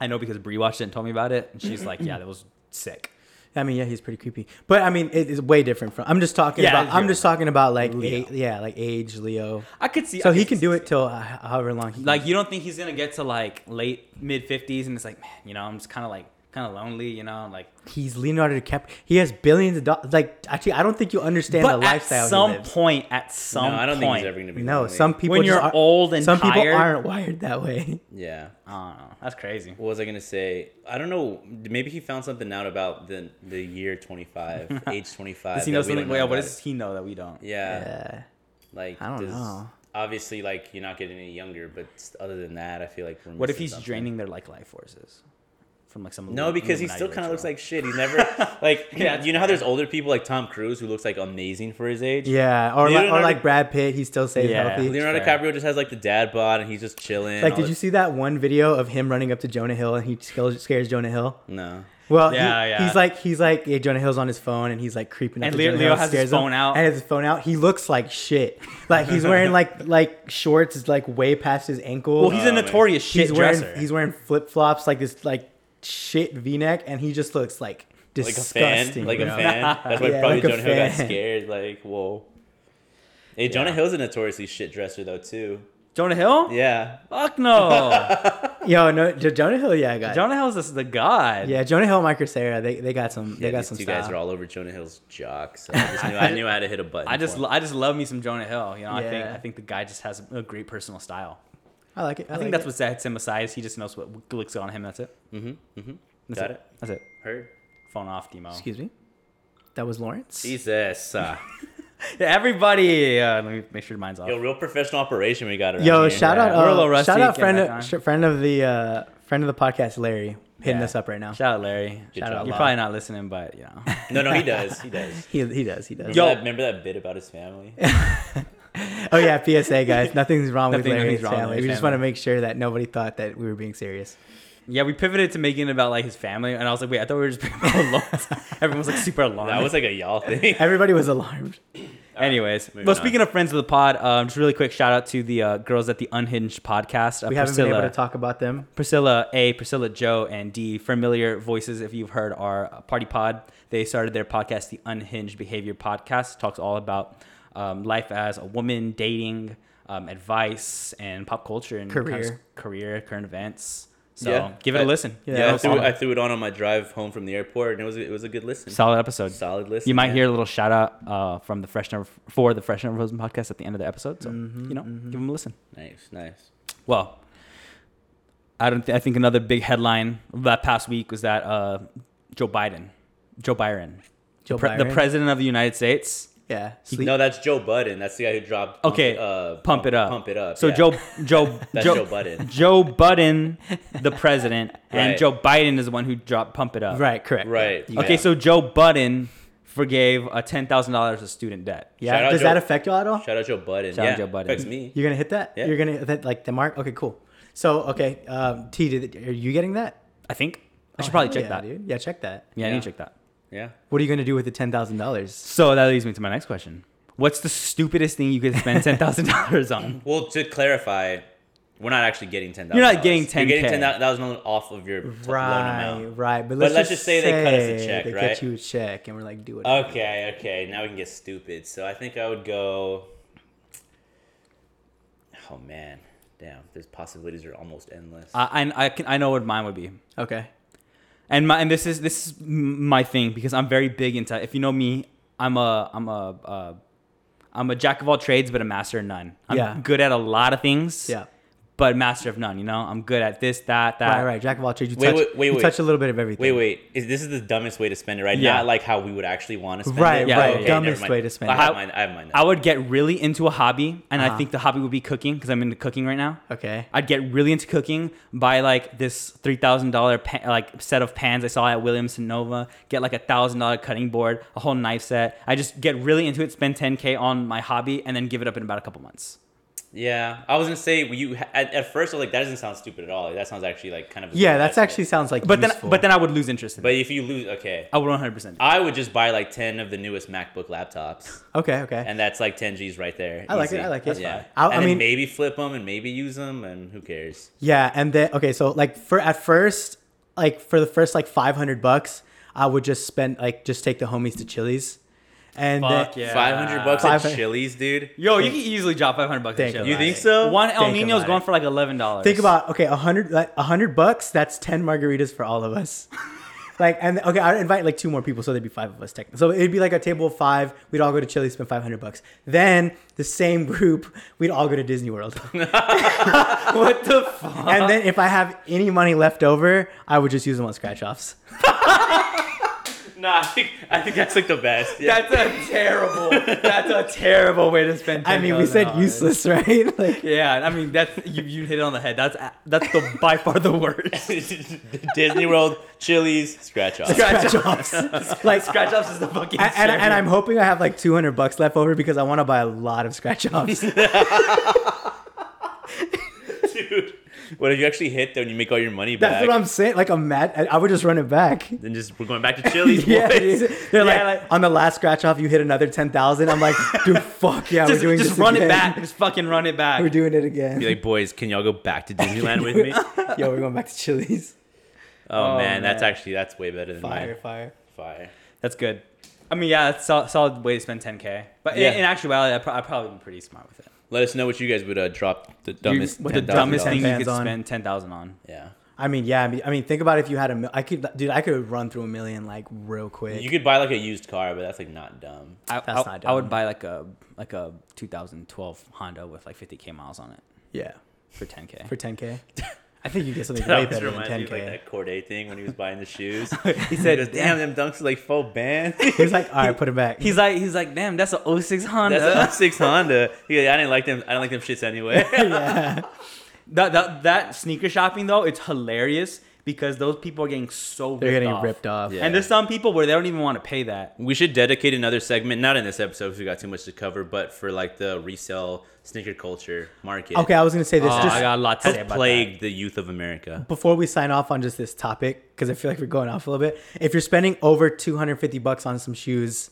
[SPEAKER 3] I know because Brie watched it and told me about it, and she's like, "Yeah, that was sick."
[SPEAKER 2] I mean, yeah, he's pretty creepy, but I mean, it is way different from. I'm just talking
[SPEAKER 3] Yeah,
[SPEAKER 2] about.
[SPEAKER 3] it's
[SPEAKER 2] I'm
[SPEAKER 3] different.
[SPEAKER 2] just talking about like,
[SPEAKER 3] Leo.
[SPEAKER 2] a, yeah, like age Leo.
[SPEAKER 3] I could see.
[SPEAKER 2] So
[SPEAKER 3] I
[SPEAKER 2] he
[SPEAKER 3] could
[SPEAKER 2] can
[SPEAKER 3] see-
[SPEAKER 2] do it till uh, however long. He
[SPEAKER 3] Like, you don't think he's gonna get to like late mid fifties, and it's like, man, you know, I'm just kind of like kind of lonely, you know, like.
[SPEAKER 2] he's Leonardo DiCaprio. He has billions of dollars. Like, actually, I don't think you understand
[SPEAKER 3] but
[SPEAKER 2] the lifestyle.
[SPEAKER 3] at
[SPEAKER 2] he
[SPEAKER 3] some
[SPEAKER 2] lives.
[SPEAKER 3] point, at some
[SPEAKER 1] no, I don't
[SPEAKER 3] point,
[SPEAKER 1] think he's ever gonna be.
[SPEAKER 2] no,
[SPEAKER 1] lonely.
[SPEAKER 2] some people
[SPEAKER 3] When
[SPEAKER 2] just
[SPEAKER 3] you're
[SPEAKER 2] aren't-
[SPEAKER 3] old and
[SPEAKER 2] some
[SPEAKER 3] tired-
[SPEAKER 2] people aren't wired that way.
[SPEAKER 1] Yeah.
[SPEAKER 3] I don't know. That's crazy.
[SPEAKER 1] What was I gonna say? I don't know. Maybe he found something out about the the year 25, age 25.
[SPEAKER 3] Does he
[SPEAKER 1] that
[SPEAKER 3] know
[SPEAKER 1] we don't
[SPEAKER 3] something? Well, yeah,
[SPEAKER 1] about
[SPEAKER 3] what
[SPEAKER 1] it.
[SPEAKER 3] does he know that we don't?
[SPEAKER 1] Yeah.
[SPEAKER 2] Yeah.
[SPEAKER 1] Like,
[SPEAKER 2] I don't
[SPEAKER 1] does,
[SPEAKER 2] know.
[SPEAKER 1] Obviously, like you're not getting any younger, but s- other than that, I feel like we're
[SPEAKER 3] What if
[SPEAKER 1] missing
[SPEAKER 3] he's
[SPEAKER 1] something.
[SPEAKER 3] draining their like life forces from like some?
[SPEAKER 1] No,
[SPEAKER 3] Illu-
[SPEAKER 1] because he
[SPEAKER 3] Illuminati
[SPEAKER 1] still kind of
[SPEAKER 3] ritual?
[SPEAKER 1] looks like shit. He's never like
[SPEAKER 3] Yeah, that's
[SPEAKER 1] you know how
[SPEAKER 3] fair.
[SPEAKER 1] there's older people like Tom Cruise who looks like amazing for his age.
[SPEAKER 2] Yeah, or like, or
[SPEAKER 1] Leonardo-
[SPEAKER 2] like Brad Pitt, he still stays
[SPEAKER 3] Yeah.
[SPEAKER 2] healthy.
[SPEAKER 1] Leonardo
[SPEAKER 3] Fair.
[SPEAKER 1] DiCaprio just has like the dad bod and he's just chilling.
[SPEAKER 2] Like,
[SPEAKER 1] all
[SPEAKER 2] did
[SPEAKER 1] the-
[SPEAKER 2] you see that one video of him running up to Jonah Hill and he scares scares Jonah Hill?
[SPEAKER 1] No.
[SPEAKER 2] Well,
[SPEAKER 3] Yeah,
[SPEAKER 2] he-
[SPEAKER 3] yeah.
[SPEAKER 2] he's like he's like yeah, Jonah Hill's on his phone and he's like creeping. Up
[SPEAKER 3] And
[SPEAKER 2] to
[SPEAKER 3] Leo-
[SPEAKER 2] Jonah
[SPEAKER 3] Leo
[SPEAKER 2] Hill,
[SPEAKER 3] has his
[SPEAKER 2] scares him,
[SPEAKER 3] phone out.
[SPEAKER 2] and has his phone out. He looks like shit. Like he's wearing like like shorts is like way past his ankle.
[SPEAKER 3] Well, he's
[SPEAKER 1] Oh,
[SPEAKER 3] a
[SPEAKER 1] man.
[SPEAKER 3] notorious shit
[SPEAKER 2] he's wearing
[SPEAKER 3] dresser.
[SPEAKER 2] he's wearing flip flops like this like shit V neck, and he just looks like
[SPEAKER 1] Like a
[SPEAKER 2] disgusting.
[SPEAKER 1] fan. Like a
[SPEAKER 2] bro.
[SPEAKER 1] fan. That's why
[SPEAKER 2] Yeah,
[SPEAKER 1] probably
[SPEAKER 2] like a
[SPEAKER 1] Jonah Hill got
[SPEAKER 2] fan.
[SPEAKER 1] scared. Like, whoa. Hey, Jonah Hill's a notoriously shit dresser though too.
[SPEAKER 3] Jonah Hill?
[SPEAKER 1] Yeah.
[SPEAKER 3] Fuck no.
[SPEAKER 2] Yo, no, J- Jonah Hill, yeah, guy.
[SPEAKER 3] Jonah Hill's is the god.
[SPEAKER 2] yeah, Jonah Hill, Mike Sarah, they they got some they
[SPEAKER 1] Yeah,
[SPEAKER 2] got
[SPEAKER 1] these
[SPEAKER 2] some
[SPEAKER 1] two
[SPEAKER 2] style.
[SPEAKER 1] guys are all over Jonah Hill's jocks. I just knew I knew I had to hit a button.
[SPEAKER 3] I just
[SPEAKER 1] for him.
[SPEAKER 3] lo- I just love me some Jonah Hill. You know, I think
[SPEAKER 2] Yeah.
[SPEAKER 3] I think the guy just has a great personal style.
[SPEAKER 2] I like it. I,
[SPEAKER 3] I, think
[SPEAKER 2] like
[SPEAKER 3] that's what sets him aside. Is he just knows what looks good on him. That's it. That's
[SPEAKER 1] Mm-hmm, Got
[SPEAKER 3] it.
[SPEAKER 1] it.
[SPEAKER 3] That's it.
[SPEAKER 1] heard.
[SPEAKER 3] Phone off, Demo.
[SPEAKER 2] Excuse me. That was Lawrence.
[SPEAKER 1] Jesus. Uh,
[SPEAKER 3] Yeah, everybody, uh, let me make sure mine's off.
[SPEAKER 1] yo, real professional operation we got around
[SPEAKER 2] Yo,
[SPEAKER 1] here.
[SPEAKER 2] shout out,
[SPEAKER 3] Yeah. We're a little
[SPEAKER 2] uh,
[SPEAKER 3] rusty
[SPEAKER 2] shout out,
[SPEAKER 3] getting
[SPEAKER 2] friend
[SPEAKER 3] back on.
[SPEAKER 2] of, sh- friend of the uh, friend of the podcast, Larry, hitting
[SPEAKER 3] Yeah.
[SPEAKER 2] us up right now.
[SPEAKER 3] Shout out, Larry.
[SPEAKER 1] Good
[SPEAKER 2] shout out
[SPEAKER 1] job.
[SPEAKER 3] You're probably not listening, but you know.
[SPEAKER 1] No, no, he does. He does.
[SPEAKER 2] He, he does, he does.
[SPEAKER 1] Remember
[SPEAKER 3] Yo.
[SPEAKER 1] that, remember that bit about his family?
[SPEAKER 2] Oh yeah, PSA guys, nothing's wrong with
[SPEAKER 3] Nothing- nothing's
[SPEAKER 2] Larry's
[SPEAKER 3] wrong with
[SPEAKER 2] family.
[SPEAKER 3] Larry's
[SPEAKER 2] We just want to
[SPEAKER 3] family.
[SPEAKER 2] make sure that nobody thought that we were being serious.
[SPEAKER 3] yeah, we pivoted to making it about like his family, and I was like, wait, I thought we were just being alarmed. Everyone was like super alarmed.
[SPEAKER 1] That was like a y'all thing.
[SPEAKER 2] Everybody was alarmed.
[SPEAKER 3] Anyways,
[SPEAKER 1] moving
[SPEAKER 3] well,
[SPEAKER 1] on.
[SPEAKER 3] speaking of friends of the pod, um, just really quick shout out to the uh, girls at the Unhinged podcast. Uh,
[SPEAKER 2] We haven't been able to talk about them.
[SPEAKER 3] Priscilla A, Priscilla Joe, and D, familiar voices. If you've heard our uh, Party Pod, they started their podcast, the Unhinged Behavior Podcast. Talks all about um, life as a woman, dating, um, advice, and pop culture and kind of
[SPEAKER 2] Career.
[SPEAKER 3] career, current events. So
[SPEAKER 1] Yeah.
[SPEAKER 3] give it a
[SPEAKER 1] I-
[SPEAKER 3] listen.
[SPEAKER 2] yeah,
[SPEAKER 1] Yeah, I
[SPEAKER 2] that's
[SPEAKER 1] threw,
[SPEAKER 2] awesome.
[SPEAKER 1] I threw it on on my drive home from the airport, and it was it was a good listen.
[SPEAKER 3] solid episode.
[SPEAKER 1] Solid listen.
[SPEAKER 3] You might
[SPEAKER 1] yeah.
[SPEAKER 3] hear a little shout out uh, from the Fresh Number for the Fresh Number Frozen podcast at the end of the episode. So you know, give them a listen.
[SPEAKER 1] Nice, nice.
[SPEAKER 3] Well, I don't. Th- I think another big headline of that past week was that uh, Joe Biden, Joe Byron,
[SPEAKER 2] Joe
[SPEAKER 3] pre- the
[SPEAKER 2] Byron.
[SPEAKER 3] president of the United States.
[SPEAKER 2] Yeah, sleep.
[SPEAKER 1] No, that's Joe Budden. That's the guy who dropped. Pump
[SPEAKER 3] Okay,
[SPEAKER 1] It- uh,
[SPEAKER 3] pump it up.
[SPEAKER 1] Pump it up.
[SPEAKER 3] So
[SPEAKER 1] yeah.
[SPEAKER 3] Joe, Joe,
[SPEAKER 1] That's
[SPEAKER 3] Joe,
[SPEAKER 1] Joe Budden.
[SPEAKER 3] Joe Budden, the president,
[SPEAKER 1] Right.
[SPEAKER 3] and Joe Biden is the one who dropped "Pump It Up."
[SPEAKER 2] Right, correct.
[SPEAKER 1] Right.
[SPEAKER 3] Okay,
[SPEAKER 1] yeah.
[SPEAKER 3] so Joe Budden forgave a ten thousand dollars of student debt.
[SPEAKER 1] Shout
[SPEAKER 2] Yeah.
[SPEAKER 1] out
[SPEAKER 2] Does
[SPEAKER 1] Joe-
[SPEAKER 2] that affect y'all at all?
[SPEAKER 1] shout out Joe Budden.
[SPEAKER 3] Shout out
[SPEAKER 1] yeah,
[SPEAKER 3] Joe Budden.
[SPEAKER 1] Affects me.
[SPEAKER 2] You're gonna hit that.
[SPEAKER 1] Yeah.
[SPEAKER 2] You're gonna hit like the mark. Okay, cool. So okay, um, T, did, are you getting that?
[SPEAKER 3] I think I should
[SPEAKER 2] Oh,
[SPEAKER 3] probably
[SPEAKER 2] hell
[SPEAKER 3] check
[SPEAKER 2] yeah,
[SPEAKER 3] that.
[SPEAKER 2] dude. Yeah, check that.
[SPEAKER 3] Yeah, I
[SPEAKER 1] Yeah.
[SPEAKER 3] need to check that.
[SPEAKER 1] Yeah.
[SPEAKER 2] What are you gonna do with the ten thousand dollars?
[SPEAKER 3] So that leads me to my next question. What's the stupidest thing you could spend ten thousand dollars on?
[SPEAKER 1] Well, to clarify, we're not actually getting ten dollars.
[SPEAKER 3] You're not getting
[SPEAKER 1] You're getting
[SPEAKER 3] 10K.
[SPEAKER 1] ten thousand dollars off of your t- loan
[SPEAKER 2] Right,
[SPEAKER 1] amount.
[SPEAKER 2] right. But
[SPEAKER 1] let's just say they cut us a check,
[SPEAKER 2] They
[SPEAKER 1] right?
[SPEAKER 2] cut you a check, and we're like, do it.
[SPEAKER 1] Okay, okay. Now we can get stupid. So I think I would go. Oh man, damn. Those possibilities are almost endless.
[SPEAKER 3] I, I, I, can, I know what mine would be.
[SPEAKER 2] Okay.
[SPEAKER 3] And my and this is this is m- my thing because I'm very big into. If you know me, I'm a I'm a uh, I'm a jack of all trades, but a master of none. I'm
[SPEAKER 2] Yeah.
[SPEAKER 3] good at a lot of things.
[SPEAKER 2] Yeah.
[SPEAKER 3] but master of none. You know, I'm good at this, that, that.
[SPEAKER 2] Right, right. Jack of all trades. You
[SPEAKER 1] Wait,
[SPEAKER 2] touch,
[SPEAKER 1] wait, wait,
[SPEAKER 2] you
[SPEAKER 1] wait.
[SPEAKER 2] touch a little bit of everything.
[SPEAKER 1] Wait, wait. Is this is the dumbest way to spend it, right?
[SPEAKER 3] Yeah.
[SPEAKER 1] Not like how we would actually want to spend
[SPEAKER 2] Right,
[SPEAKER 1] it.
[SPEAKER 3] Yeah, right.
[SPEAKER 1] never
[SPEAKER 2] Dumbest
[SPEAKER 1] mind.
[SPEAKER 2] way to spend
[SPEAKER 1] I
[SPEAKER 2] it.
[SPEAKER 1] have mine. I have mine.
[SPEAKER 3] I would get really into a hobby, and I
[SPEAKER 2] Uh-huh.
[SPEAKER 3] think the hobby would be cooking because I'm into cooking right now.
[SPEAKER 2] Okay.
[SPEAKER 3] I'd get really into cooking, buy like this three thousand dollar pa- like set of pans I saw at Williams Sonoma, get like a thousand dollar cutting board, a whole knife set. I just get really into it, spend ten k on my hobby, and then give it up in about a couple months.
[SPEAKER 1] yeah, I was gonna say you at, at first. I was like, that doesn't sound stupid at all. That sounds actually like kind of. a
[SPEAKER 2] Yeah,
[SPEAKER 1] good
[SPEAKER 2] that's
[SPEAKER 1] investment.
[SPEAKER 2] actually sounds like.
[SPEAKER 3] But
[SPEAKER 2] useful.
[SPEAKER 3] then, but then I would lose interest in
[SPEAKER 1] But
[SPEAKER 3] it.
[SPEAKER 1] if you lose, okay,
[SPEAKER 3] I would one hundred percent.
[SPEAKER 1] I would just buy like ten of the newest MacBook laptops,
[SPEAKER 2] okay, okay.
[SPEAKER 1] and that's like ten G's right there.
[SPEAKER 2] I like it,
[SPEAKER 1] Easy.
[SPEAKER 2] I like it. That's
[SPEAKER 1] Yeah,
[SPEAKER 2] fine. I-
[SPEAKER 1] and
[SPEAKER 2] I
[SPEAKER 1] then
[SPEAKER 2] mean-
[SPEAKER 1] maybe flip them and maybe use them, and who cares?
[SPEAKER 2] Yeah, and then okay, so like for at first, like for the first like five hundred bucks, I would just spend like just take the homies to Chili's, and then,
[SPEAKER 3] Fuck yeah.
[SPEAKER 1] Five hundred bucks at
[SPEAKER 2] 500
[SPEAKER 1] Chili's, dude.
[SPEAKER 3] Yo, you can easily drop five hundred bucks.
[SPEAKER 2] Think
[SPEAKER 3] at Chili's.
[SPEAKER 1] You
[SPEAKER 2] about
[SPEAKER 1] think
[SPEAKER 2] it.
[SPEAKER 1] so?
[SPEAKER 3] One El
[SPEAKER 2] Think
[SPEAKER 3] Nino's
[SPEAKER 2] about
[SPEAKER 3] going
[SPEAKER 2] it.
[SPEAKER 3] for like eleven dollars.
[SPEAKER 2] Think about okay, a hundred like a hundred bucks. That's ten margaritas for all of us. like and okay, I'd invite like two more people, so there'd be five of us. Technically, so it'd be like a table of five. We'd all go to Chili's, spend five hundred bucks. Then the same group, we'd all go to Disney World.
[SPEAKER 3] what the fuck.
[SPEAKER 2] and then if I have any money left over, I would just use them on scratch offs.
[SPEAKER 1] Nah, I think I think that's like the best. Yeah.
[SPEAKER 3] That's a terrible. That's a terrible way to spend.
[SPEAKER 2] I mean, we said
[SPEAKER 3] $10,000.
[SPEAKER 2] useless, right? Like
[SPEAKER 3] Yeah, I mean that's you, you hit it on the head. That's that's the by far the worst.
[SPEAKER 1] Disney World, Chili's, scratch off.
[SPEAKER 2] scratch offs. like
[SPEAKER 3] Scratch offs is the fucking.
[SPEAKER 2] and, and, and
[SPEAKER 3] shit.
[SPEAKER 2] I'm hoping I have like 200 bucks left over because I want to buy a lot of scratch offs.
[SPEAKER 1] Dude, what if you actually hit them and you make all your money back?
[SPEAKER 2] That's what I'm saying. Like I'm mad. I, I would just run it back.
[SPEAKER 1] Then just we're going back to Chili's.
[SPEAKER 2] Yeah,
[SPEAKER 1] boys.
[SPEAKER 2] dude. they're
[SPEAKER 3] Yeah,
[SPEAKER 2] like,
[SPEAKER 3] like-
[SPEAKER 2] on the last scratch off, you hit another 10,000. I'm like, dude, fuck yeah,
[SPEAKER 3] just,
[SPEAKER 2] we're doing
[SPEAKER 3] just
[SPEAKER 2] this
[SPEAKER 3] run
[SPEAKER 2] again.
[SPEAKER 3] it back. Just fucking run it back.
[SPEAKER 2] We're doing it again.
[SPEAKER 1] Be like, boys, can y'all go back to Disneyland with me? Oh,
[SPEAKER 2] Yo, we're going back to Chili's.
[SPEAKER 1] man, that's
[SPEAKER 3] man.
[SPEAKER 1] actually that's way better than
[SPEAKER 2] Fire,
[SPEAKER 1] mine.
[SPEAKER 2] fire.
[SPEAKER 1] Fire.
[SPEAKER 3] That's good. I mean, yeah, that's sol- solid way to spend 10k. But
[SPEAKER 1] Yeah.
[SPEAKER 3] in, in actuality, I, pro- I probably been pretty smart with it.
[SPEAKER 1] Let us know what you guys would uh, drop the dumbest.
[SPEAKER 3] You- what the
[SPEAKER 1] $10,000.
[SPEAKER 3] dumbest thing you
[SPEAKER 2] $10,000
[SPEAKER 3] could
[SPEAKER 2] on.
[SPEAKER 3] spend 10,000 on.
[SPEAKER 1] Yeah.
[SPEAKER 2] I mean, yeah. I mean, I mean, think about if you had a. mil- I could, dude. I could run through a million like real quick.
[SPEAKER 1] You could buy like a used car, but that's like not dumb.
[SPEAKER 3] I,
[SPEAKER 2] That's
[SPEAKER 3] I,
[SPEAKER 2] not
[SPEAKER 3] I would
[SPEAKER 2] dumb.
[SPEAKER 3] buy like a like a 2012 Honda with like 50k miles on it
[SPEAKER 2] yeah,
[SPEAKER 3] for 10k.
[SPEAKER 2] for 10k. I think you get something way
[SPEAKER 1] That just
[SPEAKER 2] better than
[SPEAKER 1] reminds me of
[SPEAKER 2] 10k.
[SPEAKER 1] like that Corday thing when he was buying the shoes. he said, "Damn, them dunks are like full band."
[SPEAKER 2] He was like, all right, put it back.
[SPEAKER 3] He's like he's like, damn, that's a 06 Honda.
[SPEAKER 1] That's a six Honda. He goes, I didn't like them. I don't like them shits anyway.
[SPEAKER 2] yeah.
[SPEAKER 3] That, that that sneaker shopping though, it's hilarious because those people are getting so
[SPEAKER 2] They're
[SPEAKER 3] ripped
[SPEAKER 2] getting
[SPEAKER 3] off.
[SPEAKER 2] ripped off.
[SPEAKER 1] Yeah.
[SPEAKER 3] And there's some people where they don't even want to pay that.
[SPEAKER 1] We should dedicate another segment, not in this episode because we got too much to cover, but for like the resale sneaker culture market.
[SPEAKER 2] Okay, I was gonna say this
[SPEAKER 3] Oh,
[SPEAKER 2] just
[SPEAKER 3] I got a lot to
[SPEAKER 1] Has
[SPEAKER 3] say about that.
[SPEAKER 1] plagued the youth of America.
[SPEAKER 2] before we sign off on just this topic because I feel like we're going off a little bit. If you're spending over 250 bucks on some shoes,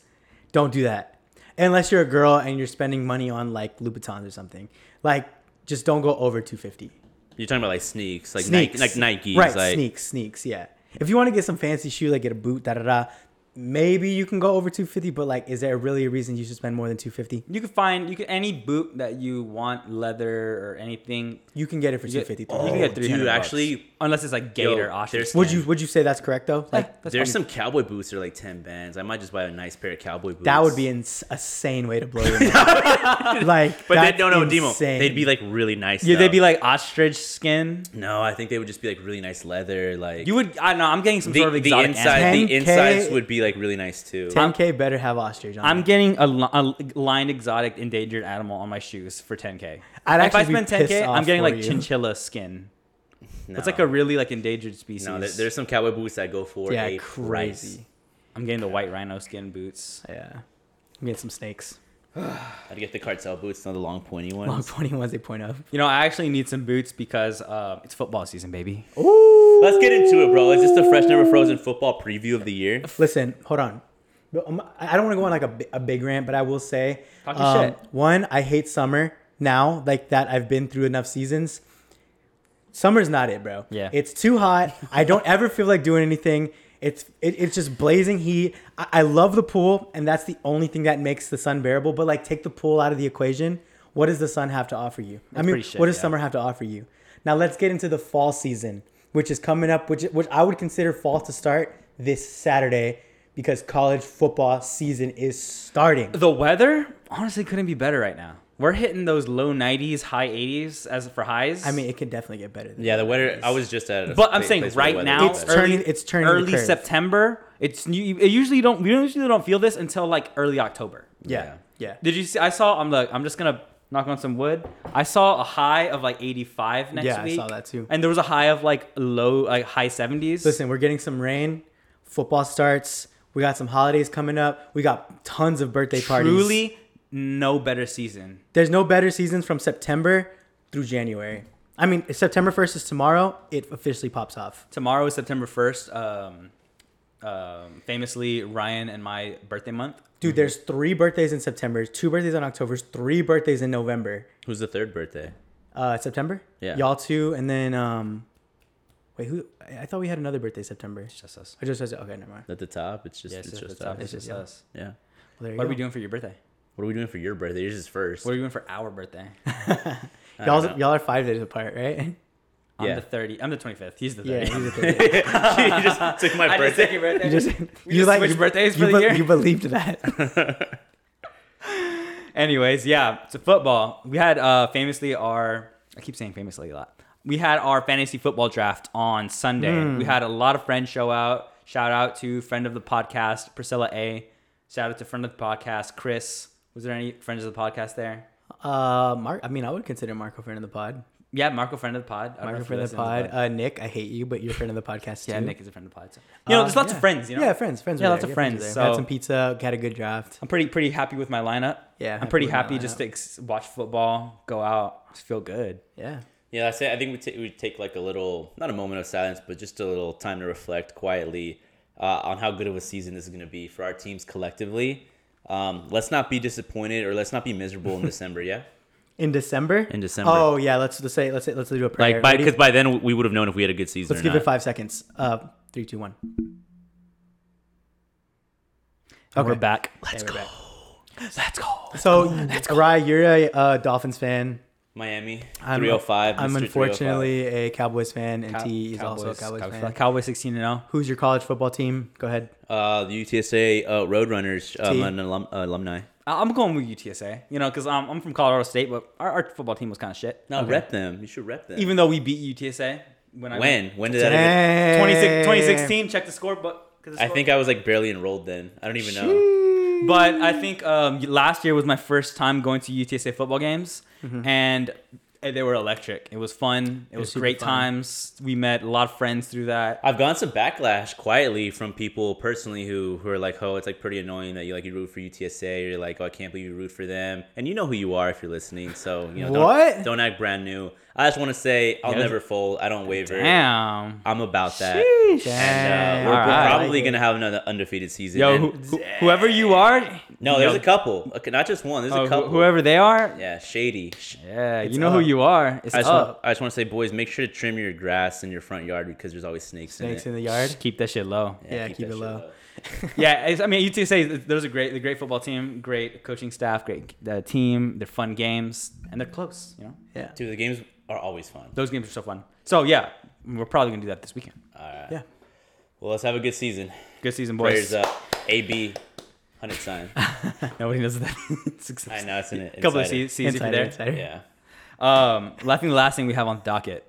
[SPEAKER 2] don't do that. Unless you're a girl and you're spending money on like Louboutins or something. Like just don't go over 250.
[SPEAKER 1] You're talking about like sneaks, like
[SPEAKER 2] Sneaks.
[SPEAKER 1] Nike, like Nikes,
[SPEAKER 2] Right,
[SPEAKER 1] like
[SPEAKER 2] sneaks, sneaks, yeah. If you want to get some fancy shoe, like get a boot, da da da, maybe you can go over 250, but like is there really a reason you should spend more than 250?
[SPEAKER 3] You can find you can any boot that you want, leather or anything.
[SPEAKER 2] You can get it for
[SPEAKER 3] You, get,
[SPEAKER 2] 250.
[SPEAKER 3] you can get
[SPEAKER 1] Oh, dude,
[SPEAKER 3] 300 bucks.
[SPEAKER 1] actually-
[SPEAKER 3] unless it's like gator
[SPEAKER 1] Yo,
[SPEAKER 3] ostrich.
[SPEAKER 1] there's-
[SPEAKER 3] skin.
[SPEAKER 2] would you would you say that's correct though?
[SPEAKER 3] Eh,
[SPEAKER 2] Like
[SPEAKER 3] that's
[SPEAKER 1] There's some
[SPEAKER 3] fine.
[SPEAKER 1] cowboy boots that are like ten bands. I might just buy a nice pair of cowboy boots.
[SPEAKER 2] That would be ins- a sane way to blow your mind. like,
[SPEAKER 1] But
[SPEAKER 2] that's
[SPEAKER 1] then no, no, Demo.
[SPEAKER 2] insane.
[SPEAKER 1] They'd be like really nice.
[SPEAKER 3] Yeah, they'd be
[SPEAKER 1] Like,
[SPEAKER 3] like ostrich skin.
[SPEAKER 1] no, I think they would just be like really nice leather. Like
[SPEAKER 3] You would I don't know, I'm getting some
[SPEAKER 1] the,
[SPEAKER 3] sort of
[SPEAKER 1] the
[SPEAKER 3] exotic
[SPEAKER 1] inside,
[SPEAKER 3] animal.
[SPEAKER 1] the
[SPEAKER 2] 10K
[SPEAKER 1] insides would be like really nice too.
[SPEAKER 2] 10k better have ostrich on.
[SPEAKER 3] I'm
[SPEAKER 2] it.
[SPEAKER 3] getting a, li- a lined exotic endangered animal on my shoes for 10k. if
[SPEAKER 2] I'd
[SPEAKER 3] I
[SPEAKER 2] actually be
[SPEAKER 3] spend 10k,
[SPEAKER 2] pissed
[SPEAKER 3] I'm
[SPEAKER 2] off
[SPEAKER 3] getting
[SPEAKER 2] for
[SPEAKER 3] like
[SPEAKER 2] you.
[SPEAKER 3] chinchilla skin.
[SPEAKER 1] No.
[SPEAKER 3] It's like a really like endangered species.
[SPEAKER 1] no. There, there's some cowboy boots that go for
[SPEAKER 2] yeah,
[SPEAKER 1] a
[SPEAKER 2] crazy.
[SPEAKER 1] price.
[SPEAKER 3] I'm getting the white rhino skin boots.
[SPEAKER 2] Yeah, I'm getting some snakes.
[SPEAKER 1] I'd get the cartel boots, not the long pointy ones.
[SPEAKER 2] Long pointy ones they point oh. up.
[SPEAKER 3] You know, I actually need some boots because uh, it's football season, baby.
[SPEAKER 1] Let's get into it, bro. Is this the Fresh Never Frozen football preview of the year?
[SPEAKER 2] Listen, hold on. But, um, I I don't want to go on like a, bi- a big rant, but I will say, um,
[SPEAKER 3] Talk your shit.
[SPEAKER 2] one, I hate summer now. Like that, I've been through enough seasons. Summer's not it, bro.
[SPEAKER 3] Yeah.
[SPEAKER 2] it's too hot. I don't ever feel like doing anything. It's it, it's just blazing heat. I, I love the pool, and that's the only thing that makes the sun bearable. But like, take the pool out of the equation. What does the sun have to offer you? I mean,
[SPEAKER 3] pretty shit,
[SPEAKER 2] what does
[SPEAKER 3] yeah.
[SPEAKER 2] summer have to offer you? Now let's get into the fall season, which is coming up, which which I would consider fall to start this Saturday because college football season is starting.
[SPEAKER 3] The weather honestly couldn't be better right now. We're hitting those low 90s, high 80s as for highs.
[SPEAKER 2] I mean, it could definitely get better. Than
[SPEAKER 1] Yeah, the weather. I was just at. A
[SPEAKER 3] But I'm
[SPEAKER 1] pla-
[SPEAKER 3] saying
[SPEAKER 1] place where the
[SPEAKER 3] right
[SPEAKER 1] weather
[SPEAKER 3] now,
[SPEAKER 1] was
[SPEAKER 2] It's
[SPEAKER 1] better.
[SPEAKER 2] turn- turning- it's turning the
[SPEAKER 3] early
[SPEAKER 2] curve.
[SPEAKER 3] September. It's new. It usually don't. We don't usually don't feel this until like early October.
[SPEAKER 2] yeah, yeah.
[SPEAKER 3] Did you see? I saw. I'm look. I'm just gonna knock on some wood. I saw a high of like 85 next
[SPEAKER 2] Yeah, I
[SPEAKER 3] week.
[SPEAKER 2] saw that too.
[SPEAKER 3] And there was a high of like low, like high 70s.
[SPEAKER 2] Listen, we're getting some rain. Football starts. We got some holidays coming up. We got tons of birthday parties.
[SPEAKER 3] truly no better season.
[SPEAKER 2] There's no better seasons from September through January. I mean, September 1st is tomorrow. It officially pops off.
[SPEAKER 3] Tomorrow is September 1st. Um, um, famously, Ryan and my birthday month.
[SPEAKER 2] Dude, there's three birthdays in September, two birthdays on October, three birthdays in November.
[SPEAKER 1] Who's the third birthday?
[SPEAKER 2] Uh, September?
[SPEAKER 1] Yeah.
[SPEAKER 2] Y'all two, and then, um, wait, who? I I thought we had another birthday September.
[SPEAKER 3] Just us.
[SPEAKER 2] I just said, okay, never mind.
[SPEAKER 1] At the top, it's just
[SPEAKER 3] Yes,
[SPEAKER 1] it's
[SPEAKER 3] it's
[SPEAKER 1] just
[SPEAKER 3] just us.
[SPEAKER 1] us.
[SPEAKER 3] It's just
[SPEAKER 2] Yeah.
[SPEAKER 3] us.
[SPEAKER 1] Yeah.
[SPEAKER 2] Well, there you
[SPEAKER 3] What are
[SPEAKER 2] go.
[SPEAKER 3] we doing for your birthday?
[SPEAKER 1] What are we doing for your birthday? Yours is first.
[SPEAKER 3] What are we doing for our birthday?
[SPEAKER 1] I don't
[SPEAKER 2] Y'all,
[SPEAKER 1] know.
[SPEAKER 2] y'all are five days apart, right?
[SPEAKER 3] I'm
[SPEAKER 1] Yeah.
[SPEAKER 3] the 30. I'm the 25th. He's the 30th.
[SPEAKER 2] Yeah, he's a third.
[SPEAKER 1] you just took my
[SPEAKER 3] I just
[SPEAKER 1] birthday.
[SPEAKER 3] said your birthday.
[SPEAKER 2] You just,
[SPEAKER 3] we
[SPEAKER 2] you
[SPEAKER 3] just
[SPEAKER 2] like
[SPEAKER 3] switched birthdays for
[SPEAKER 2] you
[SPEAKER 3] the
[SPEAKER 2] be-
[SPEAKER 3] year.
[SPEAKER 2] You believed that.
[SPEAKER 3] Anyways, yeah, so football. We had uh famously our I keep saying famously a lot. We had our fantasy football draft on Sunday.
[SPEAKER 2] Hmm.
[SPEAKER 3] We had a lot of friends show out. Shout out to friend of the podcast, Priscilla A. Shout out to friend of the podcast, Chris. Was there any friends of the podcast there?
[SPEAKER 2] Uh, Mark. I mean, I would consider Marco friend of the pod.
[SPEAKER 3] Yeah, Marco, friend of the pod. I don't know
[SPEAKER 2] Marco
[SPEAKER 3] if he
[SPEAKER 2] friend of the
[SPEAKER 3] listens,
[SPEAKER 2] pod.
[SPEAKER 3] but-
[SPEAKER 2] Uh, Nick, I hate you, but you're friend of the podcast too.
[SPEAKER 3] yeah, Nick is a friend of the pod. So. You know, there's
[SPEAKER 2] Uh,
[SPEAKER 3] lots
[SPEAKER 2] yeah.
[SPEAKER 3] of friends. You know,
[SPEAKER 2] Yeah, friends, friends.
[SPEAKER 3] Yeah,
[SPEAKER 2] were
[SPEAKER 3] lots
[SPEAKER 2] there.
[SPEAKER 3] of
[SPEAKER 2] Your friends
[SPEAKER 3] friends,
[SPEAKER 2] were there. had
[SPEAKER 3] so- Um,
[SPEAKER 2] some pizza, had a good draft.
[SPEAKER 3] I'm pretty pretty happy with my lineup.
[SPEAKER 2] Yeah,
[SPEAKER 3] I'm pretty
[SPEAKER 2] with my
[SPEAKER 3] happy just to ex- watch football, go out, just feel good.
[SPEAKER 2] Yeah,
[SPEAKER 1] Yeah, I say I think we ta- we take like a little not a moment of silence, but just a little time to reflect quietly uh, on how good of a season this is going to be for our teams collectively. Um, let's not be disappointed or let's not be miserable in December. Yeah,
[SPEAKER 2] in December.
[SPEAKER 1] In December.
[SPEAKER 2] Oh yeah, let's let's say let's say, let's do a prayer.
[SPEAKER 1] like by
[SPEAKER 2] Ready?
[SPEAKER 1] because by then we would have known if we had a good season.
[SPEAKER 2] let's give it five seconds. Uh, three, two, one.
[SPEAKER 3] And We're
[SPEAKER 2] Okay.
[SPEAKER 3] back.
[SPEAKER 2] Let's go.
[SPEAKER 3] Let's go.
[SPEAKER 2] So, Rai, you're a uh, Dolphins fan.
[SPEAKER 1] Miami
[SPEAKER 2] I'm-
[SPEAKER 1] three hundred five.
[SPEAKER 2] I'm unfortunately a Cowboys fan, and T is also a Cowboys, fan.
[SPEAKER 3] Cowboys 16 and 0.
[SPEAKER 2] Who's your college football team? Go ahead.
[SPEAKER 1] uh, the UTSA uh, Roadrunners. Um,
[SPEAKER 2] T.
[SPEAKER 1] an alum, uh, alumni.
[SPEAKER 3] I- I'm going with UTSA, you know, because I'm, I'm from Colorado State, but our, our football team was kind of shit.
[SPEAKER 1] No, rep them. You should rep them.
[SPEAKER 3] Even though we beat UTSA when I
[SPEAKER 1] when when did that?
[SPEAKER 2] Dang.
[SPEAKER 3] 26, 2016, check the score, but cause the
[SPEAKER 1] I
[SPEAKER 3] score-
[SPEAKER 1] think I was like barely enrolled then. I don't even know.
[SPEAKER 3] But I think um, last year was my first time going to UTSA football games, and eh, they were electric. It was fun. It,
[SPEAKER 2] Mm-hmm. was
[SPEAKER 3] was,
[SPEAKER 2] super
[SPEAKER 3] great
[SPEAKER 2] fun.
[SPEAKER 3] times. We met a lot of friends through that.
[SPEAKER 1] I've gotten some backlash quietly from people personally who who are like, "Oh, it's like pretty annoying that you like you root for UTSA. You're like, oh, I can't believe you root for them." And you know who you are if you're listening, so you know don't,
[SPEAKER 2] What?
[SPEAKER 1] don't act brand new. I just want to say I'll
[SPEAKER 3] Yeah.
[SPEAKER 1] never fold. I don't waver.
[SPEAKER 3] Damn.
[SPEAKER 1] I'm about that. And,
[SPEAKER 2] Dang.
[SPEAKER 1] uh, we're
[SPEAKER 3] All right.
[SPEAKER 1] probably
[SPEAKER 2] I like
[SPEAKER 1] gonna have another undefeated season.
[SPEAKER 3] Yo,
[SPEAKER 1] And-
[SPEAKER 3] who, who- whoever you are,
[SPEAKER 1] no, there's
[SPEAKER 3] yo,
[SPEAKER 1] a couple. Okay, not just one. There's
[SPEAKER 3] uh,
[SPEAKER 1] a
[SPEAKER 3] wh-
[SPEAKER 1] couple.
[SPEAKER 3] whoever they are,
[SPEAKER 1] Yeah, shady. Sh-
[SPEAKER 3] Yeah,
[SPEAKER 2] It's
[SPEAKER 3] you know who
[SPEAKER 2] up.
[SPEAKER 3] you are. It's
[SPEAKER 1] I
[SPEAKER 2] Oh.
[SPEAKER 1] just,
[SPEAKER 3] up.
[SPEAKER 1] want, I just want to say, boys, make sure to trim your grass in your front yard because there's always snakes,
[SPEAKER 2] Snakes
[SPEAKER 1] in
[SPEAKER 2] in
[SPEAKER 1] it.
[SPEAKER 2] the yard.
[SPEAKER 3] Keep that shit low.
[SPEAKER 2] Yeah, keep
[SPEAKER 1] that
[SPEAKER 2] it
[SPEAKER 1] shit
[SPEAKER 2] low.
[SPEAKER 3] yeah, it's, I mean, UTSA. There's a great, the great football team, great coaching staff, great uh, team. They're fun games, and they're close. You know,
[SPEAKER 2] Yeah.
[SPEAKER 1] Dude, the games are always fun.
[SPEAKER 3] those games are so fun. So yeah, we're probably gonna do that this weekend.
[SPEAKER 1] All right.
[SPEAKER 2] Yeah.
[SPEAKER 1] Well, let's have a good season.
[SPEAKER 3] Good season,
[SPEAKER 1] Prayers
[SPEAKER 3] boys.
[SPEAKER 1] up. AB, 100 sign.
[SPEAKER 3] Nobody knows what that. means.
[SPEAKER 1] I know, it's an
[SPEAKER 3] A couple of
[SPEAKER 1] insider.
[SPEAKER 3] se- seasons
[SPEAKER 2] Insider,
[SPEAKER 3] there.
[SPEAKER 2] insider.
[SPEAKER 1] Yeah.
[SPEAKER 3] Um, I think the last thing we have on the docket.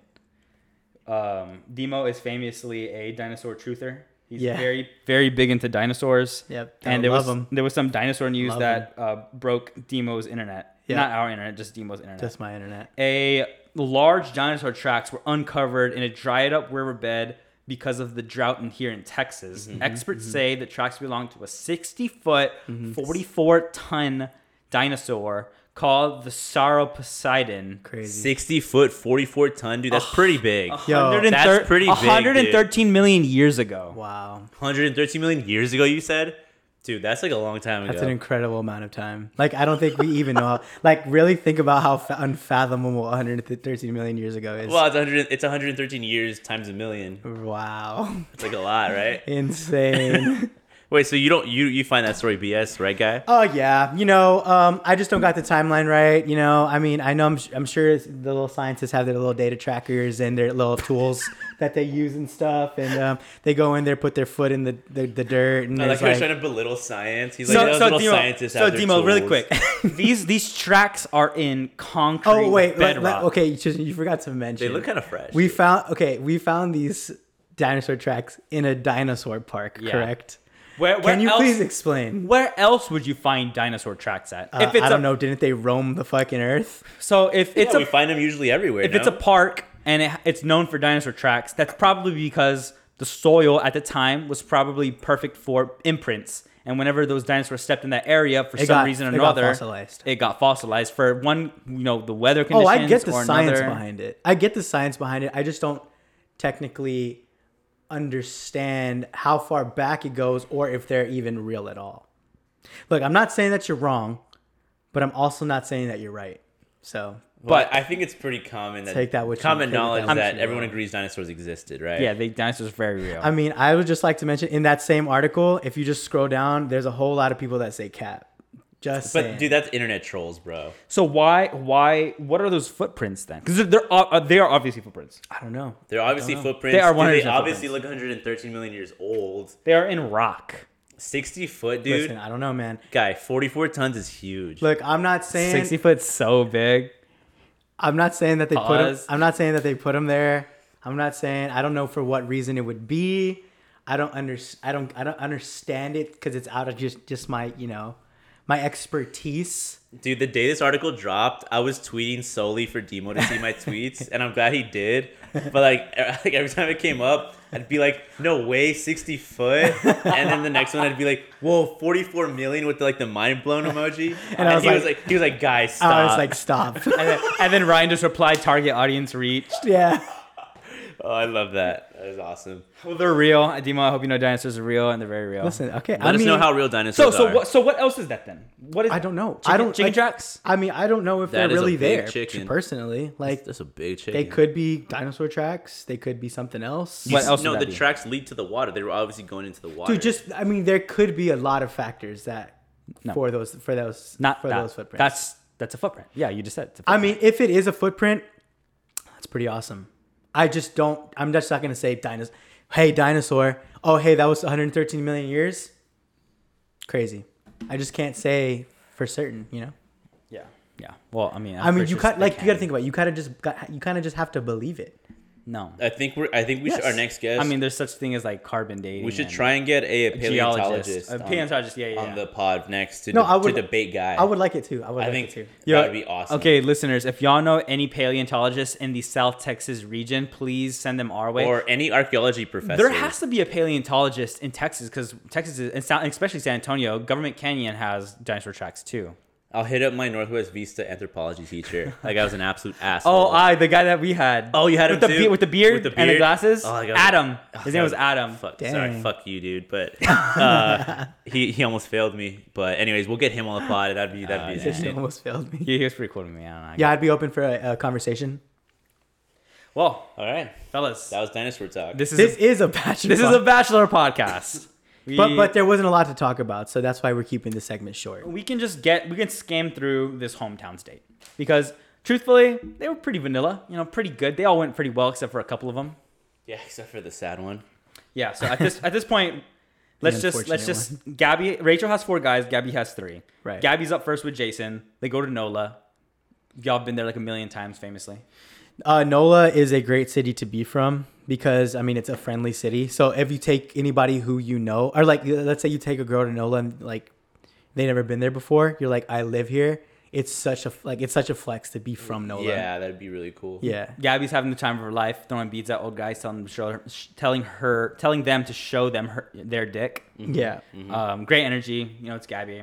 [SPEAKER 3] Um, Demo is famously a dinosaur truther. He's
[SPEAKER 2] Yeah.
[SPEAKER 3] very, very big into dinosaurs.
[SPEAKER 2] Yep, I
[SPEAKER 3] And there
[SPEAKER 2] love
[SPEAKER 3] was
[SPEAKER 2] 'em.
[SPEAKER 3] there was some dinosaur news
[SPEAKER 2] Love
[SPEAKER 3] that uh, broke Demo's internet.
[SPEAKER 2] Yeah.
[SPEAKER 3] Not our internet, just Demo's internet.
[SPEAKER 2] Just my internet.
[SPEAKER 3] a large dinosaur tracks were uncovered in a dried up riverbed because of the drought in here in
[SPEAKER 2] Mm-hmm,
[SPEAKER 3] Texas. Experts say the tracks belong to a 60 foot,
[SPEAKER 2] Mm-hmm.
[SPEAKER 3] 44 ton dinosaur called the Sauroposeidon.
[SPEAKER 2] Crazy.
[SPEAKER 1] 60 foot, 44 ton. Dude,
[SPEAKER 2] Oh.
[SPEAKER 1] that's pretty big.
[SPEAKER 2] Yo,
[SPEAKER 3] 113
[SPEAKER 1] that's pretty big, dude.
[SPEAKER 3] 113 million years ago.
[SPEAKER 2] Wow.
[SPEAKER 1] 113 million years ago, you said? Dude, that's like a long time ago.
[SPEAKER 2] That's an incredible amount of time. Like I don't think we even know. How, like really think about how fa- unfathomable 113 million years ago is.
[SPEAKER 1] well, it's 100. It's 113 years times a million.
[SPEAKER 2] Wow.
[SPEAKER 1] It's like a lot, right?
[SPEAKER 2] Insane.
[SPEAKER 1] Wait, so you don't you you find that story BS, right, guy?
[SPEAKER 2] Oh yeah, you know, um, I just don't got the timeline right. You know, I mean, I know I'm, I'm sure it's- the little scientists have their little data trackers and their little tools that they use and stuff, and um, they go in there, put their foot in the the, the dirt, and
[SPEAKER 1] I like
[SPEAKER 2] there's
[SPEAKER 1] how he's
[SPEAKER 2] like,
[SPEAKER 1] trying to belittle science. He's like,
[SPEAKER 3] So,
[SPEAKER 1] those
[SPEAKER 3] so
[SPEAKER 1] little
[SPEAKER 3] Demo,
[SPEAKER 1] scientists
[SPEAKER 3] so
[SPEAKER 1] have their
[SPEAKER 3] Demo, really
[SPEAKER 1] tools."
[SPEAKER 3] quick. these these tracks are in concrete
[SPEAKER 2] oh wait, let- let-
[SPEAKER 3] bedrock.
[SPEAKER 2] okay, you, just- you forgot to mention
[SPEAKER 1] They look kind of fresh.
[SPEAKER 2] we found okay, we found these dinosaur tracks in a dinosaur park.
[SPEAKER 3] Yeah.
[SPEAKER 2] Correct?
[SPEAKER 3] Where, where
[SPEAKER 2] Can you
[SPEAKER 3] else,
[SPEAKER 2] please explain?
[SPEAKER 3] Where else would you find dinosaur tracks at?
[SPEAKER 2] Uh, I
[SPEAKER 3] a-
[SPEAKER 2] don't know. Didn't they roam the fucking earth?
[SPEAKER 3] So if
[SPEAKER 1] yeah,
[SPEAKER 3] it's
[SPEAKER 1] we
[SPEAKER 3] a
[SPEAKER 1] find them usually everywhere.
[SPEAKER 3] if it's a
[SPEAKER 1] no?
[SPEAKER 3] park and it, it's known for dinosaur tracks, that's probably because the soil at the time was probably perfect for imprints. And whenever those dinosaurs stepped in that area, for
[SPEAKER 2] It
[SPEAKER 3] some
[SPEAKER 2] got-
[SPEAKER 3] reason or
[SPEAKER 2] it got
[SPEAKER 3] another,
[SPEAKER 2] fossilized.
[SPEAKER 3] it got fossilized for one, you know, the weather
[SPEAKER 2] Oh,
[SPEAKER 3] conditions.
[SPEAKER 2] I get the
[SPEAKER 3] or
[SPEAKER 2] science
[SPEAKER 3] another.
[SPEAKER 2] behind it. I get the science behind it. I just don't technically understand how far back it goes or if they're even real at all. Look, I'm not saying that you're wrong, but I'm also not saying that you're right. So,
[SPEAKER 1] but I think it's pretty common that
[SPEAKER 2] Take that with you.
[SPEAKER 1] common
[SPEAKER 2] Take that
[SPEAKER 1] knowledge
[SPEAKER 2] with
[SPEAKER 1] that,
[SPEAKER 2] you.
[SPEAKER 1] everyone agrees dinosaurs existed, right?
[SPEAKER 3] Yeah, the dinosaurs are very real.
[SPEAKER 2] I mean, I would just like to mention in that same article, if you just scroll down, there's a whole lot of people that say cat. Just
[SPEAKER 1] But
[SPEAKER 2] saying.
[SPEAKER 1] dude, that's internet trolls, bro.
[SPEAKER 3] so why why what are those footprints then? Because they're, they're o- uh, they are obviously footprints.
[SPEAKER 2] I don't know.
[SPEAKER 1] They're obviously footprints.
[SPEAKER 3] They are
[SPEAKER 1] Dude,
[SPEAKER 3] 100%
[SPEAKER 1] obviously look 113 million years old.
[SPEAKER 3] They are in rock.
[SPEAKER 1] 60 foot, dude.
[SPEAKER 2] Listen, I don't know, man.
[SPEAKER 1] Guy, 44 tons is huge.
[SPEAKER 2] Look, I'm not saying
[SPEAKER 3] Sixty foot, so big.
[SPEAKER 2] I'm not saying that they put him.
[SPEAKER 3] Pause.
[SPEAKER 2] I'm not saying that they put him there. I'm not saying I don't know for what reason it would be. I don't under I don't I don't understand it because it's out of just just my you know my expertise.
[SPEAKER 1] Dude, the day this article dropped, I was tweeting solely for Demo to see my tweets, and I'm glad he did. But like, e- like every time it came up, I'd be like, "No way, 60 foot," and then the next one I'd be like, "Whoa, 44 million with like the mind blown emoji," and,
[SPEAKER 2] I was
[SPEAKER 1] he was
[SPEAKER 2] like-
[SPEAKER 1] like, "He was like, guys, stop."
[SPEAKER 2] I was like, stop.
[SPEAKER 3] And then, and then Ryan just replied, "Target audience reached."
[SPEAKER 2] yeah.
[SPEAKER 1] "Oh, I love that. That is awesome."
[SPEAKER 3] Well, they're real, Dima. I hope you know dinosaurs are real and they're very real.
[SPEAKER 2] Listen, okay.
[SPEAKER 1] Let
[SPEAKER 2] I
[SPEAKER 1] us
[SPEAKER 2] mean,
[SPEAKER 1] know how real dinosaurs
[SPEAKER 3] so so
[SPEAKER 1] are.
[SPEAKER 3] what so what else is that then? What is
[SPEAKER 2] I don't know. I
[SPEAKER 3] Chicken-
[SPEAKER 2] don't
[SPEAKER 3] chicken
[SPEAKER 2] like-
[SPEAKER 3] tracks.
[SPEAKER 2] I mean, I don't know if
[SPEAKER 1] That
[SPEAKER 2] they're
[SPEAKER 1] is a
[SPEAKER 2] really
[SPEAKER 1] big
[SPEAKER 2] there.
[SPEAKER 1] chicken.
[SPEAKER 2] Personally, like
[SPEAKER 1] That's a big chicken.
[SPEAKER 2] they could be dinosaur tracks. They could be something else.
[SPEAKER 3] What else
[SPEAKER 1] No,
[SPEAKER 3] would
[SPEAKER 1] the
[SPEAKER 3] that be?
[SPEAKER 1] tracks lead to the water. They were obviously going into the water.
[SPEAKER 2] Dude, just I mean, there could be a lot of factors that
[SPEAKER 3] No.
[SPEAKER 2] for those for those
[SPEAKER 3] Not
[SPEAKER 2] for
[SPEAKER 3] that.
[SPEAKER 2] those footprints.
[SPEAKER 3] That's that's a footprint. Yeah, you just said. It's a
[SPEAKER 2] I
[SPEAKER 3] footprint.
[SPEAKER 2] mean, if it is a footprint, that's pretty awesome. I just don't. I'm just not gonna say dinosaur. Hey, dinosaur. Oh, hey, that was 113 million years. Crazy. I just can't say for certain. You know.
[SPEAKER 3] yeah, yeah. Well, I mean,
[SPEAKER 2] I mean, you kind like you gotta think about. It. You kind of just got. You kind of just have to believe it.
[SPEAKER 3] No,
[SPEAKER 1] I think we're. I think we should. Our
[SPEAKER 2] Yes.
[SPEAKER 1] next guest.
[SPEAKER 3] I mean, there's such thing as like carbon dating.
[SPEAKER 1] we should
[SPEAKER 3] and
[SPEAKER 1] try and get a,
[SPEAKER 3] geologist,
[SPEAKER 1] paleontologist.
[SPEAKER 3] a
[SPEAKER 1] on-
[SPEAKER 3] paleontologist. Yeah, yeah.
[SPEAKER 1] on
[SPEAKER 3] yeah.
[SPEAKER 1] the pod next to,
[SPEAKER 2] No,
[SPEAKER 1] de-
[SPEAKER 2] I would-
[SPEAKER 1] to debate guy.
[SPEAKER 2] I would like it too. I would.
[SPEAKER 1] I
[SPEAKER 2] like
[SPEAKER 1] think
[SPEAKER 2] it too.
[SPEAKER 1] that would be awesome.
[SPEAKER 3] Okay, listeners, if y'all know any paleontologists in the South Texas region, please send them our way.
[SPEAKER 1] Or any archaeology professor.
[SPEAKER 3] there has to be a paleontologist in Texas because Texas, is, and Sa- especially San Antonio, Government Canyon has dinosaur tracks too.
[SPEAKER 1] I'll hit up my Northwest Vista anthropology teacher. Like I was an absolute asshole.
[SPEAKER 3] Oh, I the guy that we had.
[SPEAKER 1] Oh, you had
[SPEAKER 3] with
[SPEAKER 1] him
[SPEAKER 3] the
[SPEAKER 1] too?
[SPEAKER 3] be- with the beard
[SPEAKER 1] With the
[SPEAKER 3] and the
[SPEAKER 1] beard?
[SPEAKER 3] glasses.
[SPEAKER 1] Oh, I got-
[SPEAKER 3] Adam.
[SPEAKER 1] Oh,
[SPEAKER 3] His name was
[SPEAKER 1] God.
[SPEAKER 3] Adam.
[SPEAKER 1] Fuck, sorry,
[SPEAKER 2] Dang.
[SPEAKER 1] fuck you, dude. But uh, he he almost failed me. But anyways, we'll get him on the pod. That'd be that'd be
[SPEAKER 2] Uh, This
[SPEAKER 1] interesting.
[SPEAKER 2] almost failed me.
[SPEAKER 3] He, he was pretty cool to me. I don't know.
[SPEAKER 2] Yeah, I'd be open for a, a conversation.
[SPEAKER 3] Well,
[SPEAKER 1] All right,
[SPEAKER 3] fellas,
[SPEAKER 1] that was dinosaur talk.
[SPEAKER 3] this is
[SPEAKER 2] This
[SPEAKER 3] a,
[SPEAKER 2] is a passion.
[SPEAKER 3] this is a bachelor podcast. We,
[SPEAKER 2] But but there wasn't a lot to talk about, so that's why we're keeping the segment short.
[SPEAKER 3] we can just get we can skim through this hometown state because truthfully they were pretty vanilla. You know, pretty good. They all went pretty well except for a couple of them.
[SPEAKER 1] yeah, except for the sad one.
[SPEAKER 3] Yeah. So at this at this point, let's just let's
[SPEAKER 2] unfortunate
[SPEAKER 3] just Gabby. Rachel has four guys. Gabby has three.
[SPEAKER 2] Right.
[SPEAKER 3] Gabby's up first with Jason. They go to Nola. Y'all been there like a million times, famously.
[SPEAKER 2] Uh, NOLA is a great city to be from because I mean it's a friendly city. So if you take anybody who you know, or like let's say you take a girl to NOLA and like they never been there before, you're like I live here. It's such a like it's such a flex to be from NOLA.
[SPEAKER 1] Yeah, that'd be really cool.
[SPEAKER 2] yeah.
[SPEAKER 3] Gabby's having the time of her life, throwing beads at old guys, telling them, show, sh- telling her, telling them to show them her their dick.
[SPEAKER 2] Yeah.
[SPEAKER 3] Um, great energy, you know, it's Gabby.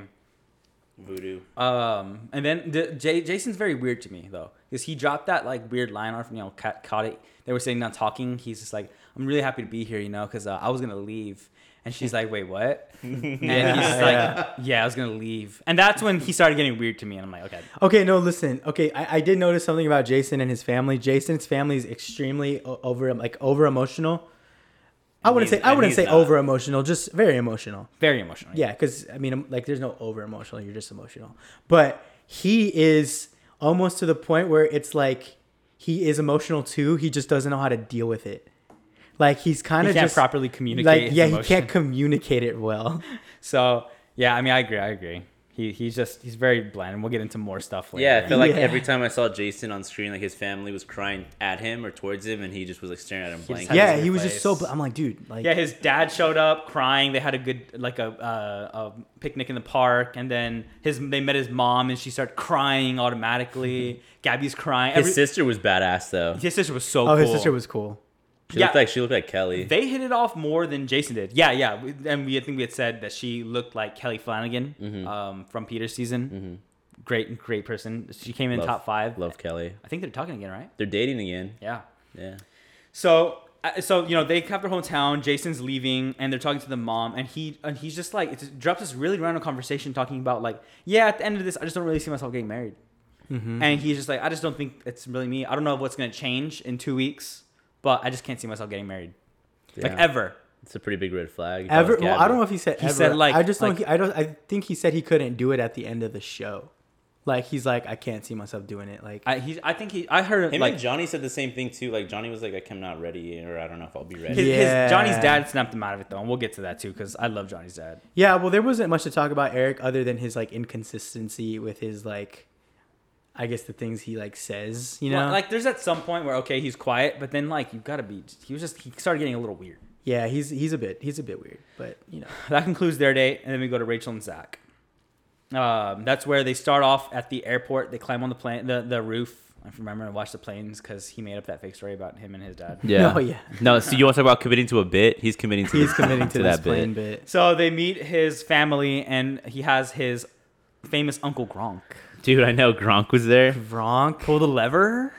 [SPEAKER 1] Voodoo.
[SPEAKER 3] Um, and then the, J, Jason's very weird to me though, because he dropped that like weird line off, you know, cat, caught it. They were sitting down talking. He's just like, "I'm really happy to be here," you know, because uh, I was gonna leave. And she's like, "Wait, what?" And he's just like, "Yeah, I was gonna leave." And that's when he started getting weird to me, and I'm like, "Okay,
[SPEAKER 2] Okay, no, listen. Okay, I, I did notice something about Jason and his family. Jason's family is extremely o- over like over emotional. I wouldn't
[SPEAKER 4] he's-
[SPEAKER 2] say I
[SPEAKER 4] and
[SPEAKER 2] wouldn't
[SPEAKER 4] he's
[SPEAKER 2] say
[SPEAKER 4] not.
[SPEAKER 2] over emotional, just very emotional.
[SPEAKER 3] Very emotional.
[SPEAKER 2] Yeah, because I mean, I'm- like, there's no over emotional. You're just emotional. But he is almost to the point where it's like he is emotional too. He just doesn't know how to deal with it. Like he's kind
[SPEAKER 3] He
[SPEAKER 2] of
[SPEAKER 3] can't
[SPEAKER 2] just
[SPEAKER 3] properly communicate.
[SPEAKER 2] like
[SPEAKER 3] his
[SPEAKER 2] yeah,
[SPEAKER 3] emotion.
[SPEAKER 2] he can't communicate it well.
[SPEAKER 3] So yeah, I mean, I agree. I agree. He he's just he's very bland, and we'll get into more stuff later.
[SPEAKER 1] Yeah, I feel like
[SPEAKER 2] Yeah.
[SPEAKER 1] every time I saw Jason on screen, like his family was crying at him or towards him, and he just was like staring at him blankly.
[SPEAKER 3] had
[SPEAKER 2] yeah,
[SPEAKER 3] his
[SPEAKER 2] he was just so.
[SPEAKER 3] place.
[SPEAKER 2] bl- I'm like, dude, like
[SPEAKER 3] yeah. His dad showed up crying. They had a good like a, uh, a picnic in the park, and then his they met his mom, and she started crying automatically. Gabby's crying.
[SPEAKER 1] His
[SPEAKER 3] Every-
[SPEAKER 1] sister was badass though.
[SPEAKER 3] his sister was so.
[SPEAKER 2] oh, his
[SPEAKER 3] cool.
[SPEAKER 2] sister was cool.
[SPEAKER 1] She
[SPEAKER 3] yeah.
[SPEAKER 1] looked like she looked like Kelly.
[SPEAKER 3] They hit it off more than Jason did. Yeah, yeah. We- And we I think we had said that she looked like Kelly Flanagan
[SPEAKER 1] Mm-hmm.
[SPEAKER 3] um, from Peter's season. Great, great person. She came in
[SPEAKER 1] Love-
[SPEAKER 3] top five.
[SPEAKER 1] Love Kelly.
[SPEAKER 3] I think they're talking again, right?
[SPEAKER 1] They're dating again.
[SPEAKER 3] Yeah.
[SPEAKER 1] Yeah.
[SPEAKER 3] So uh, so you know they have their hometown. Jason's leaving, and they're talking to the mom, and he and he's just like it drops this really random conversation talking about like yeah at the end of this I just don't really see myself getting married,
[SPEAKER 2] Mm-hmm.
[SPEAKER 3] and he's just like I just don't think it's really me. I don't know what's gonna change in two weeks, but I just can't see myself getting married like
[SPEAKER 1] Yeah.
[SPEAKER 3] ever.
[SPEAKER 1] It's a pretty big red flag. if I was
[SPEAKER 2] Ever, well, I
[SPEAKER 1] Gabby.
[SPEAKER 2] don't know if he said
[SPEAKER 3] He
[SPEAKER 2] ever.
[SPEAKER 3] said, like-
[SPEAKER 2] I just
[SPEAKER 3] like-
[SPEAKER 2] don't. I don't. I think he said he couldn't do it at the end of the show. Like he's like, I can't see myself doing it. Like
[SPEAKER 3] I he I think he I heard
[SPEAKER 1] Him
[SPEAKER 3] like
[SPEAKER 1] and Johnny said the same thing too. Like Johnny was like, "Like I'm not ready," or "I don't know if I'll be ready."
[SPEAKER 3] his,
[SPEAKER 2] Yeah.
[SPEAKER 3] his Johnny's dad snapped him out of it though, and we'll get to that too because I love Johnny's dad.
[SPEAKER 2] Yeah, well, there wasn't much to talk about Eric other than his like inconsistency with his like, I guess the things he like says. You know,
[SPEAKER 3] Well, like there's at some point where okay he's quiet, but then like you gotta be. He was just he started getting a little weird.
[SPEAKER 2] yeah, he's he's a bit he's a bit weird, but you know,
[SPEAKER 3] that concludes their date, and then we go to Rachel and Zach. Um, that's where they start off at the airport. They climb on the plane, the, the roof. I remember and watch the planes because he made up that fake story about him and his dad.
[SPEAKER 2] Yeah. No, yeah.
[SPEAKER 1] No. So you want to talk about committing to a bit? He's committing to.
[SPEAKER 2] he's committing to, this plain bit.
[SPEAKER 3] So they meet his family, and he has his famous uncle Gronk.
[SPEAKER 1] Dude, I know Gronk was there.
[SPEAKER 2] Wrong.
[SPEAKER 3] Pull the lever,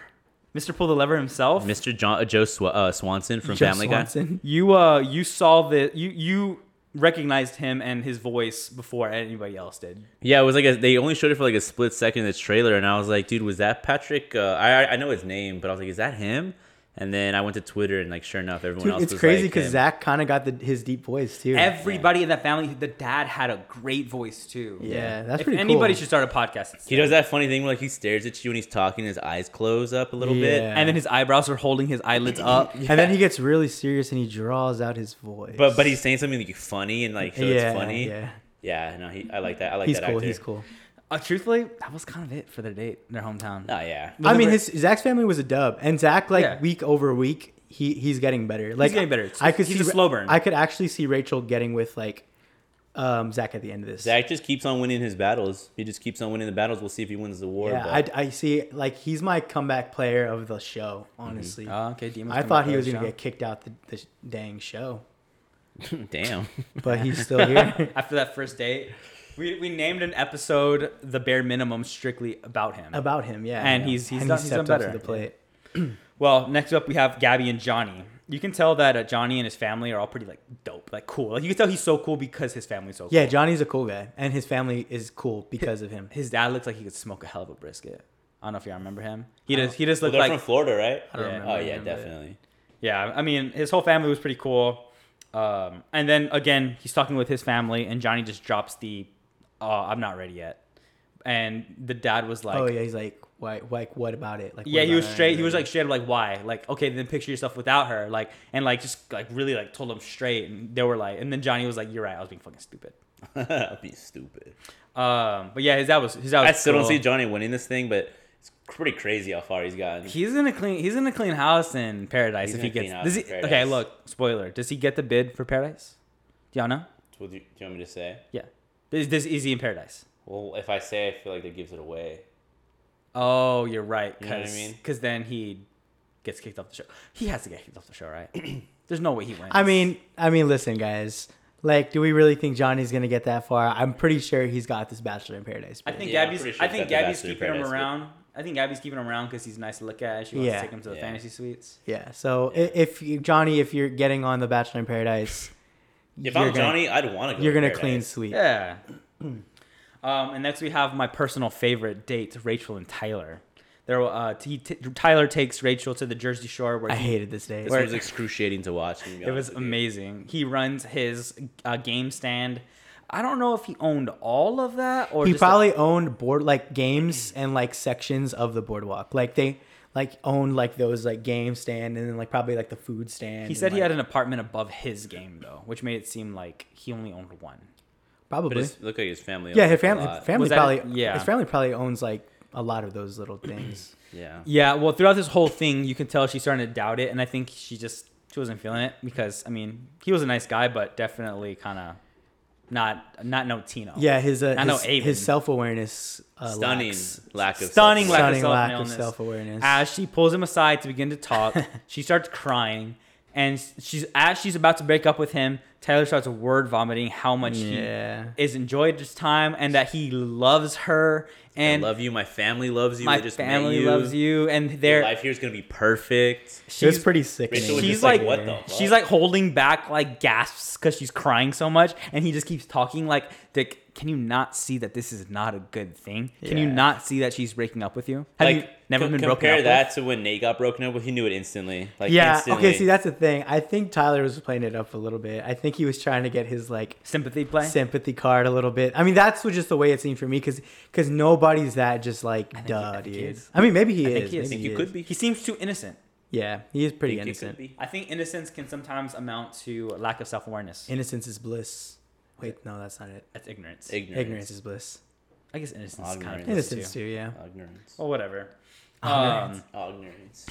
[SPEAKER 3] Mister. Pull the lever himself.
[SPEAKER 1] Mr. John, uh, Joe Sw- uh, Swanson from
[SPEAKER 2] Joe
[SPEAKER 1] Family
[SPEAKER 2] Swanson.
[SPEAKER 3] You uh, you saw the you you recognized him and his voice before anybody else did.
[SPEAKER 1] Guy. Yeah, it was like a, they only showed it for like a split second in the trailer, and I was like, dude, was that Patrick? Uh, I I know his name, but I was like, is that him? And then I went to Twitter, and like, sure enough, everyone
[SPEAKER 2] Dude,
[SPEAKER 1] else.
[SPEAKER 2] it's
[SPEAKER 1] was
[SPEAKER 2] crazy
[SPEAKER 1] like
[SPEAKER 2] because
[SPEAKER 1] him.
[SPEAKER 2] Zach kind of got the, his deep voice too.
[SPEAKER 3] Everybody in that family, the dad had a great voice too.
[SPEAKER 2] yeah, that's
[SPEAKER 3] if
[SPEAKER 2] pretty.
[SPEAKER 3] anybody
[SPEAKER 2] cool.
[SPEAKER 3] should start a podcast, it's
[SPEAKER 1] He does that funny thing where like he stares at you and he's talking, his eyes close up a little
[SPEAKER 2] Yeah.
[SPEAKER 1] bit.
[SPEAKER 3] and then his eyebrows are holding his eyelids up.
[SPEAKER 2] And then he gets really serious and he draws out his voice.
[SPEAKER 1] But but he's saying something like funny and like so
[SPEAKER 2] yeah,
[SPEAKER 1] it's funny. Yeah.
[SPEAKER 2] Yeah,
[SPEAKER 1] no, he I like that. I like
[SPEAKER 2] he's
[SPEAKER 1] that
[SPEAKER 2] cool.
[SPEAKER 1] actor.
[SPEAKER 2] He's cool.
[SPEAKER 3] Uh, truthfully, that was kind of it for their date, their hometown.
[SPEAKER 2] Uh,
[SPEAKER 1] Oh yeah.
[SPEAKER 2] I mean,
[SPEAKER 3] Remember-
[SPEAKER 2] his Zach's family was a dub, and Zach like
[SPEAKER 3] Yeah.
[SPEAKER 2] week over week, he he's getting better. Like
[SPEAKER 3] getting better.
[SPEAKER 2] I could
[SPEAKER 3] He's
[SPEAKER 2] see
[SPEAKER 3] a slow burn.
[SPEAKER 2] I could actually see Rachel getting with like um Zach at the end of this.
[SPEAKER 1] Zach just keeps on winning his battles. He just keeps on winning the battles. We'll see if he wins the war.
[SPEAKER 2] yeah,
[SPEAKER 1] but-
[SPEAKER 2] I, I see. Like he's my comeback player of the show. Honestly,
[SPEAKER 3] Oh, okay, demons
[SPEAKER 2] I
[SPEAKER 3] come
[SPEAKER 2] thought
[SPEAKER 3] back
[SPEAKER 2] he
[SPEAKER 3] for
[SPEAKER 2] was
[SPEAKER 3] the
[SPEAKER 2] gonna
[SPEAKER 3] show.
[SPEAKER 2] get kicked out the, the sh- dang show,
[SPEAKER 1] damn.
[SPEAKER 2] but he's still here.
[SPEAKER 3] after that first date. We, we named an episode the bare minimum strictly about him.
[SPEAKER 2] About him, yeah.
[SPEAKER 3] And
[SPEAKER 2] yeah.
[SPEAKER 3] he's- he's
[SPEAKER 2] And
[SPEAKER 3] done-
[SPEAKER 2] he
[SPEAKER 3] he's
[SPEAKER 2] stepped
[SPEAKER 3] done
[SPEAKER 2] up
[SPEAKER 3] better.
[SPEAKER 2] to the plate.
[SPEAKER 3] Well, next up we have Gabby and Johnny. You can tell that uh, Johnny and his family are all pretty like dope, like cool. Like you can tell he's so cool because his family's so cool.
[SPEAKER 2] Yeah, Johnny's a cool guy, and his family is cool because of him.
[SPEAKER 3] His dad looks like he could smoke a hell of a brisket. I don't know if y'all remember him. He just he just
[SPEAKER 1] Well,
[SPEAKER 3] looked
[SPEAKER 1] they're
[SPEAKER 3] like
[SPEAKER 1] from Florida, right?
[SPEAKER 2] I don't
[SPEAKER 3] Yeah.
[SPEAKER 2] remember.
[SPEAKER 1] Oh yeah,
[SPEAKER 2] remember it.
[SPEAKER 1] definitely.
[SPEAKER 3] Yeah, I mean, his whole family was pretty cool. Um, and then again, he's talking with his family, and Johnny just drops the, "Oh, I'm not ready yet," and the dad was like,
[SPEAKER 2] oh
[SPEAKER 3] "Yeah,
[SPEAKER 2] yeah, he's like, why, like, what about it? Like, what
[SPEAKER 3] he was
[SPEAKER 2] about it?
[SPEAKER 3] straight. He was like straight, up, like why? Like okay, then picture yourself without her, like and like just like really like told him straight, and they were like, and then Johnny was like, "You're right, I was being fucking stupid."
[SPEAKER 1] I'll be stupid.
[SPEAKER 3] Um, but yeah, his dad was his dad. Was
[SPEAKER 1] I still don't
[SPEAKER 3] cool.
[SPEAKER 1] see Johnny winning this thing, but it's pretty crazy how far he's gotten.
[SPEAKER 3] He's in a clean. He's in a clean house in Paradise.
[SPEAKER 1] He's
[SPEAKER 3] if
[SPEAKER 1] in
[SPEAKER 3] he
[SPEAKER 1] a clean
[SPEAKER 3] gets,
[SPEAKER 1] house
[SPEAKER 3] does
[SPEAKER 1] in
[SPEAKER 3] he, okay,
[SPEAKER 1] Paradise.
[SPEAKER 3] look, spoiler. Does he get the bid for Paradise? Do y'all know?
[SPEAKER 1] What do you, do you want me to say?
[SPEAKER 3] Yeah. Is this easy in Paradise?
[SPEAKER 1] Well, if I say, I feel like that gives it away.
[SPEAKER 3] Oh, you're right. Cause,
[SPEAKER 1] know what I mean?
[SPEAKER 3] Because then he gets kicked off the show. He has to get kicked off the show, right? There's no way he wins.
[SPEAKER 2] I mean, I mean, listen, guys. Like, do we really think Johnny's gonna get that far? I'm pretty sure he's got this Bachelor in Paradise.
[SPEAKER 3] I
[SPEAKER 2] bid.
[SPEAKER 3] think
[SPEAKER 1] Yeah, I'm
[SPEAKER 3] Gabby's.
[SPEAKER 1] pretty sure
[SPEAKER 3] I
[SPEAKER 1] he's got
[SPEAKER 3] think
[SPEAKER 1] the
[SPEAKER 3] Gabby's
[SPEAKER 1] Bachelor in
[SPEAKER 3] keeping him
[SPEAKER 1] Paradise, but-
[SPEAKER 3] around. I think Gabby's keeping him around because he's nice to look at. She wants
[SPEAKER 2] Yeah.
[SPEAKER 3] to take him to the
[SPEAKER 1] Yeah.
[SPEAKER 3] fantasy suites.
[SPEAKER 2] yeah. So i if you, Johnny, if you're getting on the Bachelor in Paradise,
[SPEAKER 1] If
[SPEAKER 2] you're
[SPEAKER 1] I'm
[SPEAKER 2] gonna,
[SPEAKER 1] Johnny, I'd want to go.
[SPEAKER 2] you're
[SPEAKER 1] to
[SPEAKER 2] gonna
[SPEAKER 1] Paradise.
[SPEAKER 2] clean sweep.
[SPEAKER 3] Yeah. um, and next we have my personal favorite date, Rachel and Tyler. There, will, uh, t- t- Tyler takes Rachel to the Jersey Shore where
[SPEAKER 2] I
[SPEAKER 3] he
[SPEAKER 2] hated this day.
[SPEAKER 1] This was excruciating to watch. I'm gonna be
[SPEAKER 3] It
[SPEAKER 1] honest
[SPEAKER 3] was
[SPEAKER 1] with you.
[SPEAKER 3] amazing. He runs his uh, game stand. I don't know if he owned all of that or
[SPEAKER 2] He
[SPEAKER 3] just a-
[SPEAKER 2] probably owned board like games and like sections of the boardwalk. Like they like owned like those like game stand and then like probably like the food stand.
[SPEAKER 3] he said he had an apartment above his game though, which made it seem like he only owned one.
[SPEAKER 1] But
[SPEAKER 2] probably
[SPEAKER 1] it's, look like his family.
[SPEAKER 2] yeah.
[SPEAKER 1] owns
[SPEAKER 2] His
[SPEAKER 1] a
[SPEAKER 2] family
[SPEAKER 1] lot.
[SPEAKER 2] family
[SPEAKER 3] Was that
[SPEAKER 2] probably
[SPEAKER 3] it? Yeah.
[SPEAKER 2] his family probably owns like a lot of those little things.
[SPEAKER 1] Yeah.
[SPEAKER 3] Yeah, well, throughout this whole thing, you can tell she's starting to doubt it, and I think she just she wasn't feeling it because I mean he was a nice guy, but definitely kind of not not no Tino.
[SPEAKER 2] yeah, his uh,
[SPEAKER 3] I know
[SPEAKER 2] his,
[SPEAKER 3] Aiden.
[SPEAKER 2] his self awareness uh,
[SPEAKER 1] Stunning
[SPEAKER 2] lacks.
[SPEAKER 1] lack of
[SPEAKER 3] stunning lack
[SPEAKER 2] Stunning lack
[SPEAKER 3] of
[SPEAKER 2] of
[SPEAKER 3] self awareness.
[SPEAKER 2] self-awareness.
[SPEAKER 3] As she pulls him aside to begin to talk, she starts crying, and she's as she's about to break up with him. Tyler starts word vomiting how much
[SPEAKER 2] Yeah.
[SPEAKER 3] he is enjoyed this time and that he loves her
[SPEAKER 1] I
[SPEAKER 3] and
[SPEAKER 1] love you. My family loves you.
[SPEAKER 3] my
[SPEAKER 1] I just met
[SPEAKER 3] family
[SPEAKER 1] you.
[SPEAKER 3] loves you and
[SPEAKER 1] Your
[SPEAKER 3] they're
[SPEAKER 1] life here is gonna be perfect.
[SPEAKER 2] It was
[SPEAKER 3] she's
[SPEAKER 2] pretty sick.
[SPEAKER 1] Rachel was
[SPEAKER 3] she's
[SPEAKER 1] just like,
[SPEAKER 3] like-
[SPEAKER 1] what the? Fuck?
[SPEAKER 3] She's like holding back like gasps because she's crying so much, and he just keeps talking like, "Dick, can you not see that this is not a good thing? Can you
[SPEAKER 2] Yeah.
[SPEAKER 3] not see that she's breaking up with you? Have you never
[SPEAKER 1] com-
[SPEAKER 3] been broken
[SPEAKER 1] compare
[SPEAKER 3] up
[SPEAKER 1] that
[SPEAKER 3] with?
[SPEAKER 1] to when Nate got broken up with. He knew it instantly. Like
[SPEAKER 2] Yeah.
[SPEAKER 1] Instantly.
[SPEAKER 2] Okay. See, that's the thing. I think Tyler was playing it up a little bit. I think he was trying to get his like
[SPEAKER 3] Sympathy play.
[SPEAKER 2] sympathy card a little bit. I mean, that's what, just the way it seemed for me because nobody's that just like
[SPEAKER 3] think he- I
[SPEAKER 2] duh,
[SPEAKER 3] think he
[SPEAKER 2] dude.
[SPEAKER 3] is.
[SPEAKER 2] I mean, maybe he
[SPEAKER 3] I
[SPEAKER 2] is.
[SPEAKER 3] think he is.
[SPEAKER 2] Maybe
[SPEAKER 3] I think
[SPEAKER 1] you
[SPEAKER 2] he
[SPEAKER 1] could
[SPEAKER 2] is.
[SPEAKER 1] be.
[SPEAKER 3] he seems too innocent.
[SPEAKER 2] Yeah, he is pretty
[SPEAKER 1] Think it could
[SPEAKER 2] innocent.
[SPEAKER 1] be.
[SPEAKER 3] I think innocence can sometimes amount to lack of self awareness.
[SPEAKER 2] Innocence is bliss. Wait, no, that's not it.
[SPEAKER 3] That's ignorance.
[SPEAKER 1] Ignorance.
[SPEAKER 2] Ignorance is bliss.
[SPEAKER 3] I guess innocence is kind of
[SPEAKER 1] Ignorance.
[SPEAKER 2] Innocence
[SPEAKER 3] too.
[SPEAKER 2] too. Yeah.
[SPEAKER 1] Ignorance.
[SPEAKER 3] Well, whatever.
[SPEAKER 2] Ignorance.
[SPEAKER 3] Um,
[SPEAKER 1] Oh. Ignorance.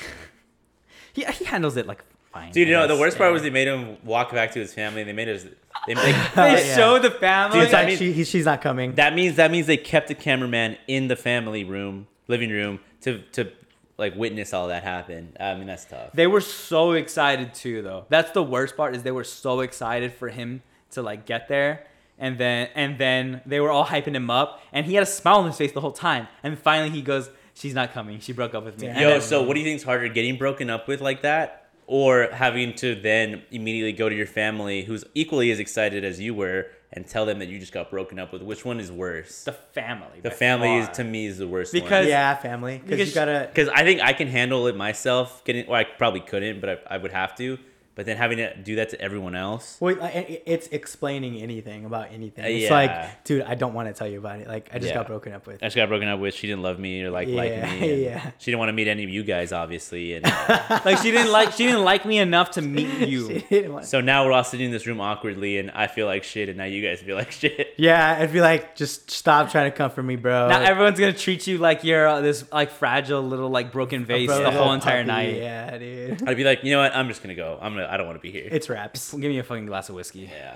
[SPEAKER 3] he he handles it like fine.
[SPEAKER 1] Dude, you
[SPEAKER 3] I
[SPEAKER 1] know the
[SPEAKER 3] guess.
[SPEAKER 1] worst part was
[SPEAKER 3] Yeah.
[SPEAKER 1] they made him walk back to his family. They made us. They made,
[SPEAKER 3] they
[SPEAKER 2] Yeah.
[SPEAKER 3] show the family.
[SPEAKER 1] Dude,
[SPEAKER 2] It's like
[SPEAKER 1] I mean-
[SPEAKER 2] she, he, she's not coming.
[SPEAKER 1] that means that means they kept the cameraman in the family room, living room to to like witness all that happen. I mean that's tough.
[SPEAKER 3] They were so excited too, though. That's the worst part is they were so excited for him to like get there, and then and then they were all hyping him up, and he had a smile on his face the whole time. And finally, he goes, "She's not coming. She broke up with me." And
[SPEAKER 1] Yo,
[SPEAKER 3] then-
[SPEAKER 1] so what do you think's harder, getting broken up with like that, or having to then immediately go to your family, who's equally as excited as you were, and tell them that you just got broken up with? Which one is worse?
[SPEAKER 3] the family.
[SPEAKER 1] The
[SPEAKER 3] by
[SPEAKER 1] family is
[SPEAKER 3] far.
[SPEAKER 1] to me is the worst
[SPEAKER 3] Because-
[SPEAKER 2] Yeah, family.
[SPEAKER 3] Because
[SPEAKER 2] Because you gotta.
[SPEAKER 1] because I think I can handle it myself. Getting, well, I probably couldn't, but I, I would have to. But then having to do that to everyone else.
[SPEAKER 2] Wait, like, it- it- it's explaining anything about anything. It's
[SPEAKER 1] Yeah.
[SPEAKER 2] like, dude, I don't want to tell you about it. Like, I just
[SPEAKER 1] Yeah.
[SPEAKER 2] got broken up with.
[SPEAKER 1] I just got broken up with. She didn't love me or like like
[SPEAKER 2] Yeah,
[SPEAKER 1] me. and
[SPEAKER 2] yeah.
[SPEAKER 1] She didn't want to meet any of you guys, obviously. And
[SPEAKER 3] like she didn't like she didn't like me enough to meet
[SPEAKER 2] She
[SPEAKER 3] you.
[SPEAKER 2] didn't want-
[SPEAKER 1] so now we're all sitting in this room awkwardly, and I feel like shit, and now you guys feel like shit.
[SPEAKER 2] yeah, I'd be like, just stop trying to comfort me, bro.
[SPEAKER 3] Now everyone's gonna treat you like you're uh, this like fragile little like broken vase
[SPEAKER 2] Bro,
[SPEAKER 3] the
[SPEAKER 2] little
[SPEAKER 3] whole entire
[SPEAKER 2] puppy.
[SPEAKER 3] night.
[SPEAKER 2] Yeah, dude.
[SPEAKER 1] I'd be like, you know what? I'm just gonna go. I'm gonna. I don't want to be here.
[SPEAKER 2] It's raps.
[SPEAKER 3] Give me a fucking glass of whiskey.
[SPEAKER 1] yeah.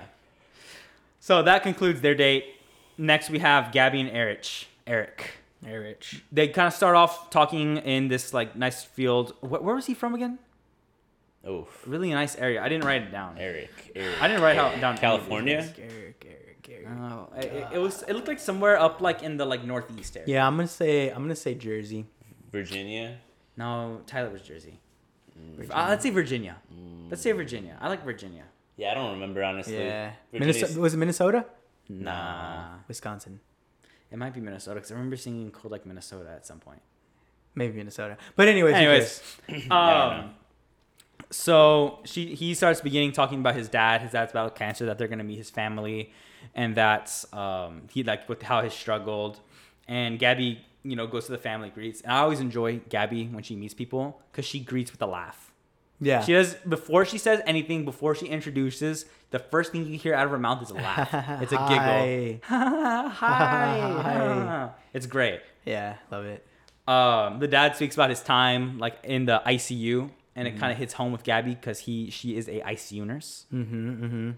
[SPEAKER 3] So that concludes their date. Next, we have Gabby and Erich. Eric.
[SPEAKER 2] Erich.
[SPEAKER 3] They kind of start off talking in this like nice field. Wh- where was he from again?
[SPEAKER 1] Oof.
[SPEAKER 3] Really nice area. I didn't write it down.
[SPEAKER 1] Eric. Eric.
[SPEAKER 3] I didn't write out down. any of these
[SPEAKER 1] California.
[SPEAKER 3] names.
[SPEAKER 2] Eric, Eric, Eric.
[SPEAKER 3] No, it, it- it was. It looked like somewhere up like in the like northeast area.
[SPEAKER 2] Yeah, I'm gonna say I'm gonna say Jersey.
[SPEAKER 1] Virginia.
[SPEAKER 3] No, Tyler was Jersey. Uh, let's say Virginia. Let's say Virginia. I like Virginia.
[SPEAKER 1] Yeah, I don't remember honestly.
[SPEAKER 2] Yeah,
[SPEAKER 1] Virginia's-
[SPEAKER 2] Minnesota was it Minnesota,
[SPEAKER 1] Nah.
[SPEAKER 2] Wisconsin,
[SPEAKER 3] It might be Minnesota because I remember singing "Cold Like Minnesota" at some point.
[SPEAKER 2] maybe Minnesota. But anyways, who
[SPEAKER 3] Anyways,
[SPEAKER 2] cares?
[SPEAKER 1] know.
[SPEAKER 3] um, so she he starts beginning talking about his dad. His dad's battled cancer. That they're gonna meet his family, and that's um, he like with how he struggled. And Gabby, you know, goes to the family greets. And I always enjoy Gabby when she meets people because she greets with a laugh.
[SPEAKER 2] yeah,
[SPEAKER 3] She does before she says anything, before she introduces, the first thing you hear out of her mouth is a laugh. It's a giggle.
[SPEAKER 2] Hi.
[SPEAKER 3] Hi.
[SPEAKER 2] Hi.
[SPEAKER 3] It's great.
[SPEAKER 2] Yeah, love it.
[SPEAKER 3] Um, the dad speaks about his time like in the ICU, and
[SPEAKER 2] Mm-hmm.
[SPEAKER 3] it kind of hits home with Gabby because he she is a ICU nurse. Mm-hmm. mm-hmm.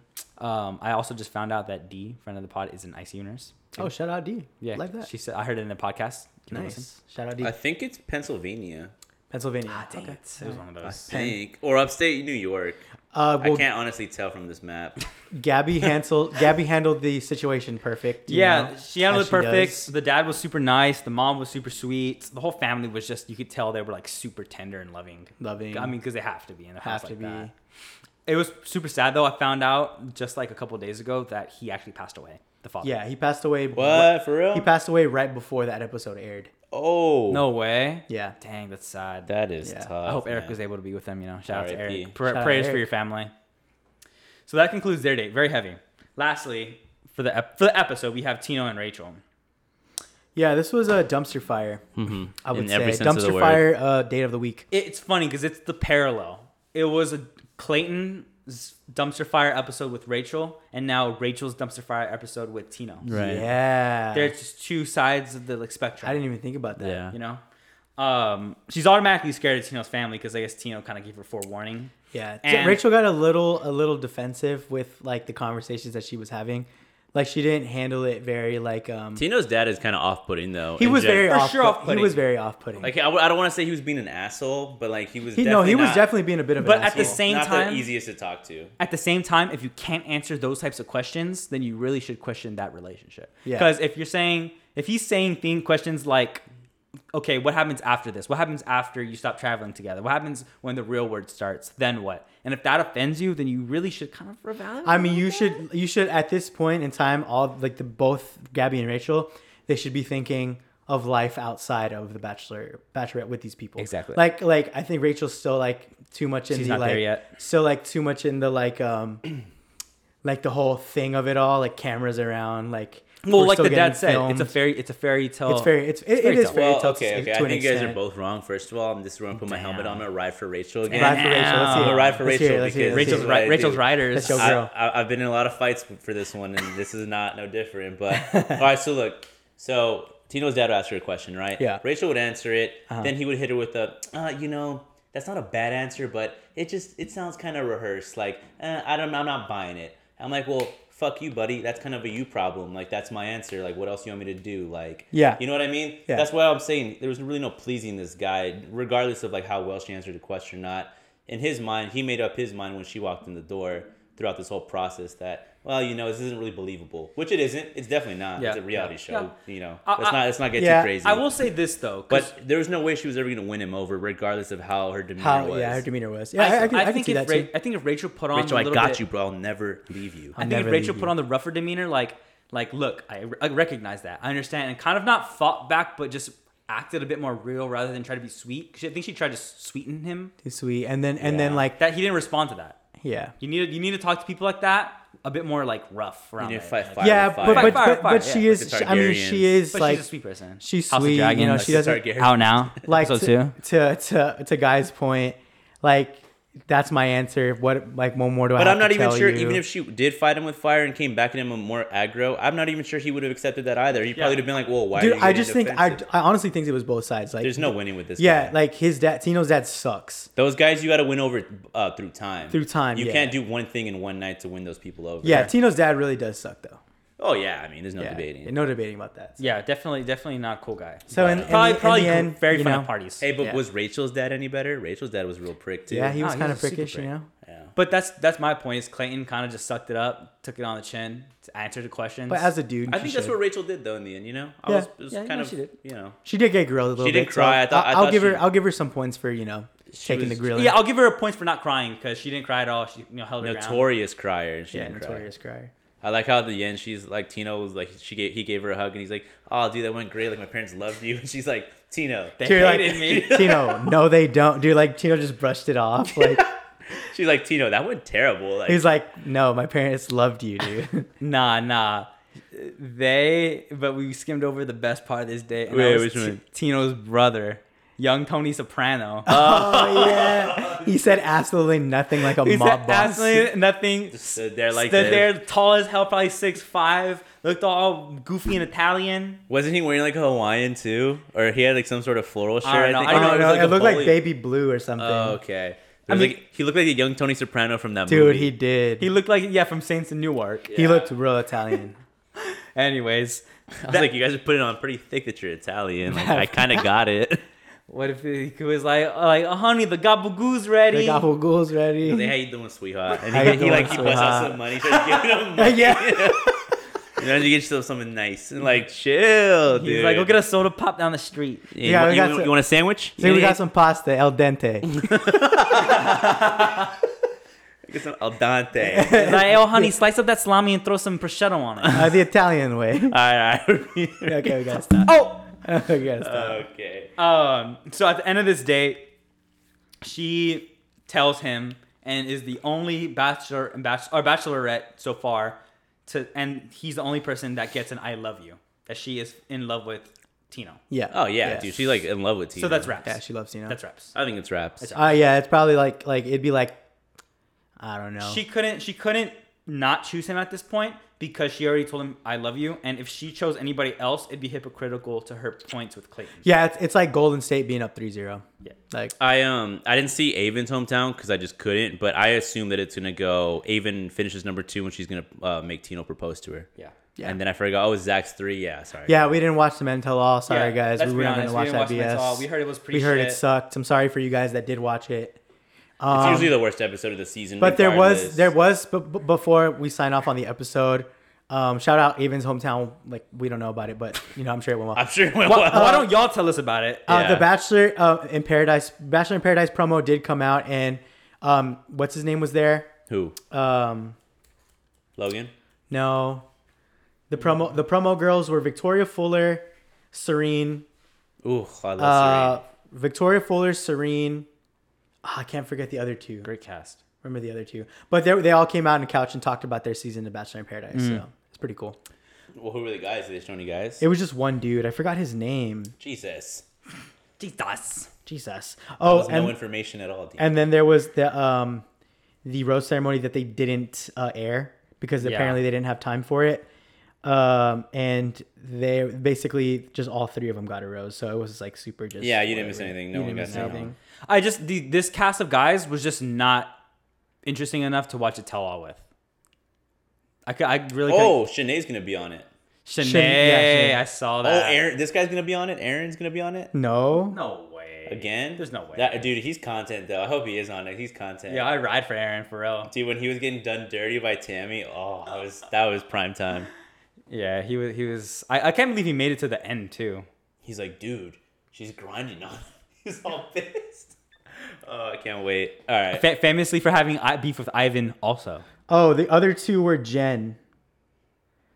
[SPEAKER 3] Um, I also just found out that D, friend of the pod, is an ICU nurse.
[SPEAKER 2] Oh, shout out D.
[SPEAKER 3] Yeah,
[SPEAKER 2] like that.
[SPEAKER 3] She said I heard it in the podcast. Give it a listen.
[SPEAKER 2] nice. Shout out D.
[SPEAKER 1] I think it's Pennsylvania.
[SPEAKER 2] Pennsylvania.
[SPEAKER 3] Ah, dang
[SPEAKER 2] Okay.
[SPEAKER 3] it. It was one of
[SPEAKER 1] I
[SPEAKER 3] those.
[SPEAKER 1] think, or upstate New York.
[SPEAKER 2] Uh,
[SPEAKER 1] I
[SPEAKER 2] well,
[SPEAKER 1] can't honestly tell from this map.
[SPEAKER 2] Gabby handled Gabby handled the situation perfect. you
[SPEAKER 3] Yeah,
[SPEAKER 2] know,
[SPEAKER 3] she handled
[SPEAKER 2] as
[SPEAKER 3] it perfect.
[SPEAKER 2] does.
[SPEAKER 3] The dad was super nice. The mom was super sweet. The whole family was just, you could tell they were like super tender and loving.
[SPEAKER 2] Loving.
[SPEAKER 3] I mean, because they have to be in a house
[SPEAKER 2] Have
[SPEAKER 3] like
[SPEAKER 2] to be.
[SPEAKER 3] that. It was super sad though. I found out just like a couple days ago that he actually passed away. The father.
[SPEAKER 2] Yeah, he passed away.
[SPEAKER 1] What for real?
[SPEAKER 2] He passed away right before that episode aired.
[SPEAKER 1] Oh,
[SPEAKER 3] No way.
[SPEAKER 2] Yeah.
[SPEAKER 3] Dang, that's sad.
[SPEAKER 1] that is
[SPEAKER 2] Yeah. I
[SPEAKER 1] tough.
[SPEAKER 3] I hope Eric
[SPEAKER 1] man.
[SPEAKER 3] was able to be with them. You know, shout out to
[SPEAKER 1] R.I.P..
[SPEAKER 3] Eric. Pra-
[SPEAKER 2] Shout out
[SPEAKER 3] prayers
[SPEAKER 2] Eric.
[SPEAKER 3] for your family. So that concludes their date. Very heavy. Lastly, for the ep- for the episode, we have Tino and Rachel.
[SPEAKER 2] Yeah, this was a dumpster fire. I would
[SPEAKER 1] Mm-hmm. In
[SPEAKER 2] say
[SPEAKER 1] every sense of
[SPEAKER 2] dumpster
[SPEAKER 1] the word.
[SPEAKER 2] fire uh, date of the week.
[SPEAKER 3] It's funny because it's the parallel. It was a Clayton's dumpster fire episode with Rachel, and now Rachel's dumpster fire episode with Tino.
[SPEAKER 4] Right.
[SPEAKER 2] Yeah.
[SPEAKER 3] There's just two sides of the like spectrum.
[SPEAKER 2] I didn't even think about that.
[SPEAKER 4] Yeah.
[SPEAKER 3] you know. Um, she's automatically scared of Tino's family because I guess Tino kind of gave her forewarning.
[SPEAKER 2] Yeah, t-
[SPEAKER 3] And-
[SPEAKER 2] Rachel got a little a little defensive with like the conversations that she was having. Like she didn't handle it very like um
[SPEAKER 1] Tino's dad is kind of off-putting though.
[SPEAKER 2] he
[SPEAKER 1] in
[SPEAKER 2] was
[SPEAKER 1] gen-
[SPEAKER 2] very
[SPEAKER 3] For
[SPEAKER 2] off.
[SPEAKER 3] sure
[SPEAKER 2] he
[SPEAKER 3] off-putting.
[SPEAKER 2] was very off putting.
[SPEAKER 1] like I, w- I don't want to say he was being an asshole, but like he was.
[SPEAKER 2] he, no, he was
[SPEAKER 1] not-
[SPEAKER 2] definitely being a bit of
[SPEAKER 3] But
[SPEAKER 2] an
[SPEAKER 3] at the
[SPEAKER 2] asshole.
[SPEAKER 3] same-
[SPEAKER 1] not
[SPEAKER 3] time-
[SPEAKER 1] the easiest to talk to.
[SPEAKER 3] At the same time, if you can't answer those types of questions, then you really should question that relationship.
[SPEAKER 2] Yeah.
[SPEAKER 3] Because if you're saying, if he's saying thing questions like, okay, what happens after this? What happens after you stop traveling together? What happens when the real world starts? Then what? And if that offends you, then you really should kind of revalidate.
[SPEAKER 2] I mean, you should you should at this point in time, all like the both Gabby and Rachel, they should be thinking of life outside of the bachelor bachelorette with these people.
[SPEAKER 3] Exactly.
[SPEAKER 2] Like like I think Rachel's still like too much in
[SPEAKER 3] She's
[SPEAKER 2] the
[SPEAKER 3] not
[SPEAKER 2] like
[SPEAKER 3] there yet.
[SPEAKER 2] still like too much in the like um like the whole thing of it all, like cameras around, like
[SPEAKER 3] well,
[SPEAKER 2] we're
[SPEAKER 3] like
[SPEAKER 2] still
[SPEAKER 3] the dad
[SPEAKER 2] getting
[SPEAKER 3] said, it's
[SPEAKER 2] filmed.
[SPEAKER 3] a fairy, it's a fairy tale.
[SPEAKER 2] It's very it's, it,
[SPEAKER 3] very
[SPEAKER 2] it is
[SPEAKER 3] tough.
[SPEAKER 2] very
[SPEAKER 1] Well,
[SPEAKER 2] tough.
[SPEAKER 1] okay, okay.
[SPEAKER 2] To
[SPEAKER 1] I
[SPEAKER 2] an
[SPEAKER 1] think you guys are
[SPEAKER 2] extent.
[SPEAKER 1] both wrong. First of all, I'm just gonna put my helmet on. I'm gonna ride for Rachel again.
[SPEAKER 2] Ride for Rachel. Let's
[SPEAKER 3] Damn.
[SPEAKER 1] I'm
[SPEAKER 2] hear
[SPEAKER 1] gonna
[SPEAKER 2] it.
[SPEAKER 1] ride for
[SPEAKER 2] Let's
[SPEAKER 1] Rachel
[SPEAKER 2] hear it, let's
[SPEAKER 1] because
[SPEAKER 2] hear
[SPEAKER 1] this
[SPEAKER 2] it.
[SPEAKER 3] Rachel's
[SPEAKER 1] is
[SPEAKER 3] ri-
[SPEAKER 1] what I
[SPEAKER 3] Rachel's
[SPEAKER 1] do.
[SPEAKER 3] riders.
[SPEAKER 2] That's your
[SPEAKER 1] I,
[SPEAKER 2] girl.
[SPEAKER 1] I, I've been in a lot of fights for this one, and this is not no different. But all right, so look, so Tino's dad would ask her a question, right?
[SPEAKER 2] Yeah. Uh-huh.
[SPEAKER 1] Rachel would answer it. Then he would hit her with a, uh, you know, that's not a bad answer, but it just it sounds kind of rehearsed. Like eh, I don't, I'm not buying it. I'm like, well, fuck you, buddy. That's kind of a you problem. Like that's my answer. Like what else you want me to do? Like
[SPEAKER 2] Yeah.
[SPEAKER 1] you know what I mean?
[SPEAKER 2] Yeah.
[SPEAKER 1] That's why I'm saying there was really no pleasing this guy, regardless of like how well she answered the question or not. In his mind, he made up his mind when she walked in the door throughout this whole process that, well, you know, this isn't really believable, which it isn't. It's definitely not.
[SPEAKER 3] Yeah.
[SPEAKER 1] It's a reality
[SPEAKER 3] Yeah.
[SPEAKER 1] show. You know,
[SPEAKER 3] I-
[SPEAKER 1] let's
[SPEAKER 3] I-
[SPEAKER 1] not let's not get
[SPEAKER 2] Yeah.
[SPEAKER 1] too crazy.
[SPEAKER 3] I will say this though, 'cause-
[SPEAKER 1] but there was no way she was ever gonna win him over, regardless of how her demeanor
[SPEAKER 2] How,
[SPEAKER 1] was.
[SPEAKER 2] yeah, her demeanor was. Yeah, I, I, can, I, can
[SPEAKER 3] think
[SPEAKER 2] see
[SPEAKER 3] if
[SPEAKER 2] that
[SPEAKER 3] Ra-
[SPEAKER 2] too.
[SPEAKER 3] I think if Rachel put on
[SPEAKER 1] Rachel,
[SPEAKER 3] a
[SPEAKER 1] I
[SPEAKER 3] little
[SPEAKER 1] got
[SPEAKER 3] bit,
[SPEAKER 1] you, bro. I'll never leave you.
[SPEAKER 3] I think
[SPEAKER 2] never
[SPEAKER 3] if Rachel
[SPEAKER 2] leave
[SPEAKER 3] put
[SPEAKER 2] you.
[SPEAKER 3] on the rougher demeanor, like like look, I, I recognize that, I understand, and kind of not fought back, but just acted a bit more real rather than try to be sweet. 'Cause I think she tried to sweeten him.
[SPEAKER 2] Too sweet. And then and then
[SPEAKER 1] Yeah.
[SPEAKER 2] like
[SPEAKER 3] That he didn't respond to that.
[SPEAKER 2] yeah.
[SPEAKER 3] You need to, you need to talk to people like that a bit more like rough around.
[SPEAKER 1] You
[SPEAKER 3] it.
[SPEAKER 1] know, fight,
[SPEAKER 3] Like,
[SPEAKER 1] fire
[SPEAKER 2] Yeah,
[SPEAKER 1] with
[SPEAKER 2] but
[SPEAKER 1] fire.
[SPEAKER 2] but,
[SPEAKER 3] Fire,
[SPEAKER 2] but,
[SPEAKER 3] fire,
[SPEAKER 2] but
[SPEAKER 3] yeah.
[SPEAKER 2] she
[SPEAKER 1] With
[SPEAKER 2] is.
[SPEAKER 1] the
[SPEAKER 2] she- I mean, she is
[SPEAKER 3] But
[SPEAKER 2] like
[SPEAKER 3] she's a sweet person.
[SPEAKER 2] she's
[SPEAKER 3] House of
[SPEAKER 2] sweet. You
[SPEAKER 3] Dragon,
[SPEAKER 2] know,
[SPEAKER 3] like,
[SPEAKER 2] she doesn't
[SPEAKER 1] Targaryen.
[SPEAKER 3] How now?
[SPEAKER 2] like
[SPEAKER 3] Episode
[SPEAKER 2] to,
[SPEAKER 3] two.
[SPEAKER 2] to to to Guy's point. Like that's my answer. What like one more do I?
[SPEAKER 1] But
[SPEAKER 2] have
[SPEAKER 1] I'm not
[SPEAKER 2] to
[SPEAKER 1] even
[SPEAKER 2] tell
[SPEAKER 1] sure.
[SPEAKER 2] you?
[SPEAKER 1] Even if she did fight him with fire and came back at him more aggro, I'm not even sure he would have accepted that either. He probably would have been like, "Well, why?"
[SPEAKER 2] dude,
[SPEAKER 1] are you
[SPEAKER 2] I
[SPEAKER 1] getting
[SPEAKER 2] just think I,
[SPEAKER 1] defensive?
[SPEAKER 2] I honestly think it was both sides. Like
[SPEAKER 1] There's no winning with this.
[SPEAKER 2] yeah,
[SPEAKER 1] guy.
[SPEAKER 2] like his dad, Tino's dad sucks.
[SPEAKER 1] those guys, you got to win over uh, through time.
[SPEAKER 2] Through time,
[SPEAKER 1] you
[SPEAKER 2] yeah.
[SPEAKER 1] can't do one thing in one night to win those people over.
[SPEAKER 2] Yeah, Tino's dad really does suck though.
[SPEAKER 1] Oh yeah, I mean, there's no
[SPEAKER 2] Yeah,
[SPEAKER 1] debating.
[SPEAKER 2] no debating about that.
[SPEAKER 3] Yeah, definitely, definitely not cool guy.
[SPEAKER 2] So in, in
[SPEAKER 3] probably
[SPEAKER 2] the, in
[SPEAKER 3] probably
[SPEAKER 2] the end,
[SPEAKER 3] very
[SPEAKER 2] you
[SPEAKER 3] fun
[SPEAKER 2] know,
[SPEAKER 3] at parties.
[SPEAKER 1] Hey, but
[SPEAKER 2] Yeah.
[SPEAKER 1] was Rachel's dad any better? Rachel's dad was a real prick too.
[SPEAKER 2] Yeah, he
[SPEAKER 3] Oh,
[SPEAKER 2] was
[SPEAKER 3] he
[SPEAKER 2] kind of
[SPEAKER 3] was a super
[SPEAKER 2] prickish, you
[SPEAKER 3] prick.
[SPEAKER 2] know.
[SPEAKER 1] Yeah.
[SPEAKER 3] But that's that's my point. Is Clayton kind of just sucked it up, took it on the chin, answered the questions.
[SPEAKER 2] But as a dude,
[SPEAKER 1] I
[SPEAKER 2] she
[SPEAKER 1] think that's
[SPEAKER 2] should.
[SPEAKER 1] what Rachel did though in the end. You know, I
[SPEAKER 2] Yeah.
[SPEAKER 1] was, it was
[SPEAKER 3] Yeah,
[SPEAKER 1] kind
[SPEAKER 3] no,
[SPEAKER 1] of
[SPEAKER 3] she did.
[SPEAKER 1] you know
[SPEAKER 2] she did get grilled a little
[SPEAKER 1] She
[SPEAKER 2] bit.
[SPEAKER 1] didn't cry. I thought- I
[SPEAKER 2] will
[SPEAKER 1] thought
[SPEAKER 2] give
[SPEAKER 1] she-
[SPEAKER 2] her. I'll give her some points for you know taking
[SPEAKER 1] was-
[SPEAKER 2] the grilling.
[SPEAKER 3] yeah, I'll give her a point for not crying because she didn't cry at all. She you know held her ground.
[SPEAKER 1] notorious crier. and She
[SPEAKER 2] yeah,
[SPEAKER 1] didn't cry.
[SPEAKER 2] notorious crier.
[SPEAKER 1] I like how at the end she's like Tino was like she gave, he gave her a hug and he's like, "Oh, dude, that went great. Like my parents loved you." And she's like, "Tino,
[SPEAKER 3] They
[SPEAKER 2] Dude, like,
[SPEAKER 3] hated me.
[SPEAKER 2] Tino, no, they don't. Dude, like Tino just brushed it off. Like
[SPEAKER 1] she's like Tino, that went terrible." Like,
[SPEAKER 2] he's like, no, my parents loved you, dude.
[SPEAKER 3] Nah, nah. They, but we skimmed over the best part of this day. And
[SPEAKER 1] Wait,
[SPEAKER 3] that was
[SPEAKER 1] which
[SPEAKER 3] T-
[SPEAKER 1] one?
[SPEAKER 3] Tino's brother, young Tony Soprano.
[SPEAKER 2] oh yeah, he said absolutely nothing like a
[SPEAKER 3] He
[SPEAKER 2] mob
[SPEAKER 3] said
[SPEAKER 2] boss.
[SPEAKER 3] absolutely nothing.
[SPEAKER 1] stood there like
[SPEAKER 3] stood
[SPEAKER 1] this.
[SPEAKER 3] there, tall as hell, probably six five. Looked all goofy and Italian.
[SPEAKER 1] wasn't he wearing like a Hawaiian too, or he had like some sort of floral shirt?
[SPEAKER 3] I don't know. I
[SPEAKER 2] I
[SPEAKER 1] think.
[SPEAKER 3] don't
[SPEAKER 2] don't
[SPEAKER 3] know,
[SPEAKER 2] know.
[SPEAKER 1] was
[SPEAKER 2] Uh, It
[SPEAKER 1] a
[SPEAKER 2] looked like
[SPEAKER 1] bowling-
[SPEAKER 2] baby blue or something.
[SPEAKER 1] Oh, okay.
[SPEAKER 3] I
[SPEAKER 1] I
[SPEAKER 3] mean-
[SPEAKER 1] like, he looked like a young Tony Soprano from that
[SPEAKER 2] Dude,
[SPEAKER 1] movie.
[SPEAKER 2] he did.
[SPEAKER 3] He
[SPEAKER 2] He,
[SPEAKER 3] looked like yeah from Saints in Newark.
[SPEAKER 1] yeah.
[SPEAKER 2] looked real Italian.
[SPEAKER 3] Anyways,
[SPEAKER 1] I was
[SPEAKER 3] that-
[SPEAKER 1] like, you guys are putting on pretty thick that you're Italian. Like, I kind of got it.
[SPEAKER 3] what if he was like like oh, honey the gabagoo's ready?
[SPEAKER 2] they got whole ghouls
[SPEAKER 1] Like,
[SPEAKER 2] ready.
[SPEAKER 1] how you doing, sweetheart? And
[SPEAKER 2] How
[SPEAKER 1] he,
[SPEAKER 2] you
[SPEAKER 1] he, like he
[SPEAKER 2] doing,
[SPEAKER 1] busts out
[SPEAKER 2] sweetheart?
[SPEAKER 1] some money, starts giving him money.
[SPEAKER 2] yeah.
[SPEAKER 1] And then you get yourself something nice and like chill, dude.
[SPEAKER 3] He's like go get a soda pop down the street.
[SPEAKER 1] You,
[SPEAKER 2] Yeah,
[SPEAKER 1] want-
[SPEAKER 2] we
[SPEAKER 1] you,
[SPEAKER 2] got
[SPEAKER 1] want-
[SPEAKER 2] some-
[SPEAKER 1] you want a sandwich?
[SPEAKER 2] See, we got some pasta el dente.
[SPEAKER 1] Get some al dente. all
[SPEAKER 3] like oh honey slice up that salami and throw some prosciutto on it.
[SPEAKER 2] Uh, the Italian way.
[SPEAKER 1] right, all right.
[SPEAKER 2] okay, we gotta stop.
[SPEAKER 3] Oh,
[SPEAKER 2] you gotta
[SPEAKER 1] Uh,
[SPEAKER 2] stop.
[SPEAKER 1] Okay.
[SPEAKER 3] Um, so at the end of this date, she tells him and is the only bachelor and bachelor or bachelorette so far to and he's the only person that gets an I love you that she is in love with Tino.
[SPEAKER 2] yeah.
[SPEAKER 1] Oh yeah, dude. She's like in love with Tina.
[SPEAKER 3] So that's raps.
[SPEAKER 2] Yeah, she loves you know.
[SPEAKER 3] that's raps.
[SPEAKER 1] I think it's raps.
[SPEAKER 2] Uh, yeah, it's probably like like it'd be like, I don't know.
[SPEAKER 3] She couldn't she couldn't not choose him at this point because she already told him I love you and if she chose anybody else it'd be hypocritical to her points with Clayton.
[SPEAKER 2] yeah, it's, it's like Golden State being up 3-0.
[SPEAKER 3] Yeah.
[SPEAKER 2] Like
[SPEAKER 1] I um I didn't see Aven's hometown because I just couldn't, but I assume that it's gonna go. Aven finishes number two and she's gonna uh, make Tino propose to her.
[SPEAKER 3] Yeah.
[SPEAKER 2] Yeah.
[SPEAKER 1] And then I forgot. Oh, it's Zach's three. Yeah, sorry.
[SPEAKER 2] yeah, we didn't watch the men tell all. Sorry
[SPEAKER 3] Yeah,
[SPEAKER 2] guys,
[SPEAKER 3] let's
[SPEAKER 2] we
[SPEAKER 3] be
[SPEAKER 2] were not
[SPEAKER 3] honest,
[SPEAKER 2] gonna watch
[SPEAKER 3] we
[SPEAKER 2] that
[SPEAKER 3] didn't watch Men Tell All.
[SPEAKER 2] BS.
[SPEAKER 3] We heard it was pretty
[SPEAKER 2] We heard it
[SPEAKER 3] shit.
[SPEAKER 2] sucked. I'm sorry for you guys that did watch it.
[SPEAKER 1] it's usually the worst episode of the season.
[SPEAKER 2] um, But there was
[SPEAKER 1] regardless.
[SPEAKER 2] there was b- b- before we sign off on the episode. Um, shout out Avon's hometown. Like we don't know about it, but you know I'm sure it went well.
[SPEAKER 1] I'm sure. It went
[SPEAKER 3] Why,
[SPEAKER 1] well.
[SPEAKER 3] Oh, why don't y'all tell us about it?
[SPEAKER 2] Uh,
[SPEAKER 1] Yeah.
[SPEAKER 2] The Bachelor uh, in Paradise, Bachelor in Paradise promo did come out, and um, what's his name was there?
[SPEAKER 1] Who?
[SPEAKER 2] Um,
[SPEAKER 1] Logan.
[SPEAKER 2] no, the promo the promo girls were Victoria Fuller, Serene,
[SPEAKER 1] Ooh, I love
[SPEAKER 2] uh, Victoria Fuller, Serene. Ah, I can't forget the other two.
[SPEAKER 3] Great cast.
[SPEAKER 2] Remember the other two, but they they all came out on the couch and talked about their season of Bachelor in Paradise.
[SPEAKER 1] Mm.
[SPEAKER 2] So it's pretty cool.
[SPEAKER 1] Serene. Well, who were the guys? Did they show any guys?
[SPEAKER 2] It was just one dude. I forgot his name.
[SPEAKER 1] Jesus.
[SPEAKER 3] Jesus.
[SPEAKER 2] Jesus.
[SPEAKER 1] Oh,
[SPEAKER 2] Oh,
[SPEAKER 1] There's
[SPEAKER 2] and,
[SPEAKER 1] no information at all. dude.
[SPEAKER 2] and then there was the um, the rose ceremony that they didn't uh, air because
[SPEAKER 3] Yeah.
[SPEAKER 2] apparently they didn't have time for it. Um, and they basically just all three of them got a rose, so it was like super just.
[SPEAKER 1] yeah, you didn't miss
[SPEAKER 2] whatever.
[SPEAKER 1] anything. No
[SPEAKER 2] You
[SPEAKER 1] one
[SPEAKER 2] didn't
[SPEAKER 1] got
[SPEAKER 2] miss
[SPEAKER 1] anything.
[SPEAKER 2] anything.
[SPEAKER 3] I just the, this cast of guys was just not interesting enough to watch a tell all with. I could, I really
[SPEAKER 1] Oh, Shanae's gonna be on it.
[SPEAKER 3] could. Shanae,
[SPEAKER 2] yeah, Shanae.
[SPEAKER 3] I saw
[SPEAKER 1] Oh,
[SPEAKER 3] that.
[SPEAKER 1] Aaron. This guy's gonna be on it. Aaron's gonna be on it
[SPEAKER 2] No.
[SPEAKER 3] No way.
[SPEAKER 1] again.
[SPEAKER 3] There's no way.
[SPEAKER 1] That dude, he's content though. I hope he is on it. He's content.
[SPEAKER 3] yeah, I ride for Aaron for real.
[SPEAKER 1] Dude, when he was getting done dirty by Tammy, oh, that was that was prime time.
[SPEAKER 3] Yeah, he was. He was. I, I can't believe he made it to the end too.
[SPEAKER 1] He's like, dude, she's grinding on. him." He's all pissed. Oh, I can't wait. All right.
[SPEAKER 3] Fa- famously for having I- beef with Ivan also.
[SPEAKER 2] Oh, the other two were Jen.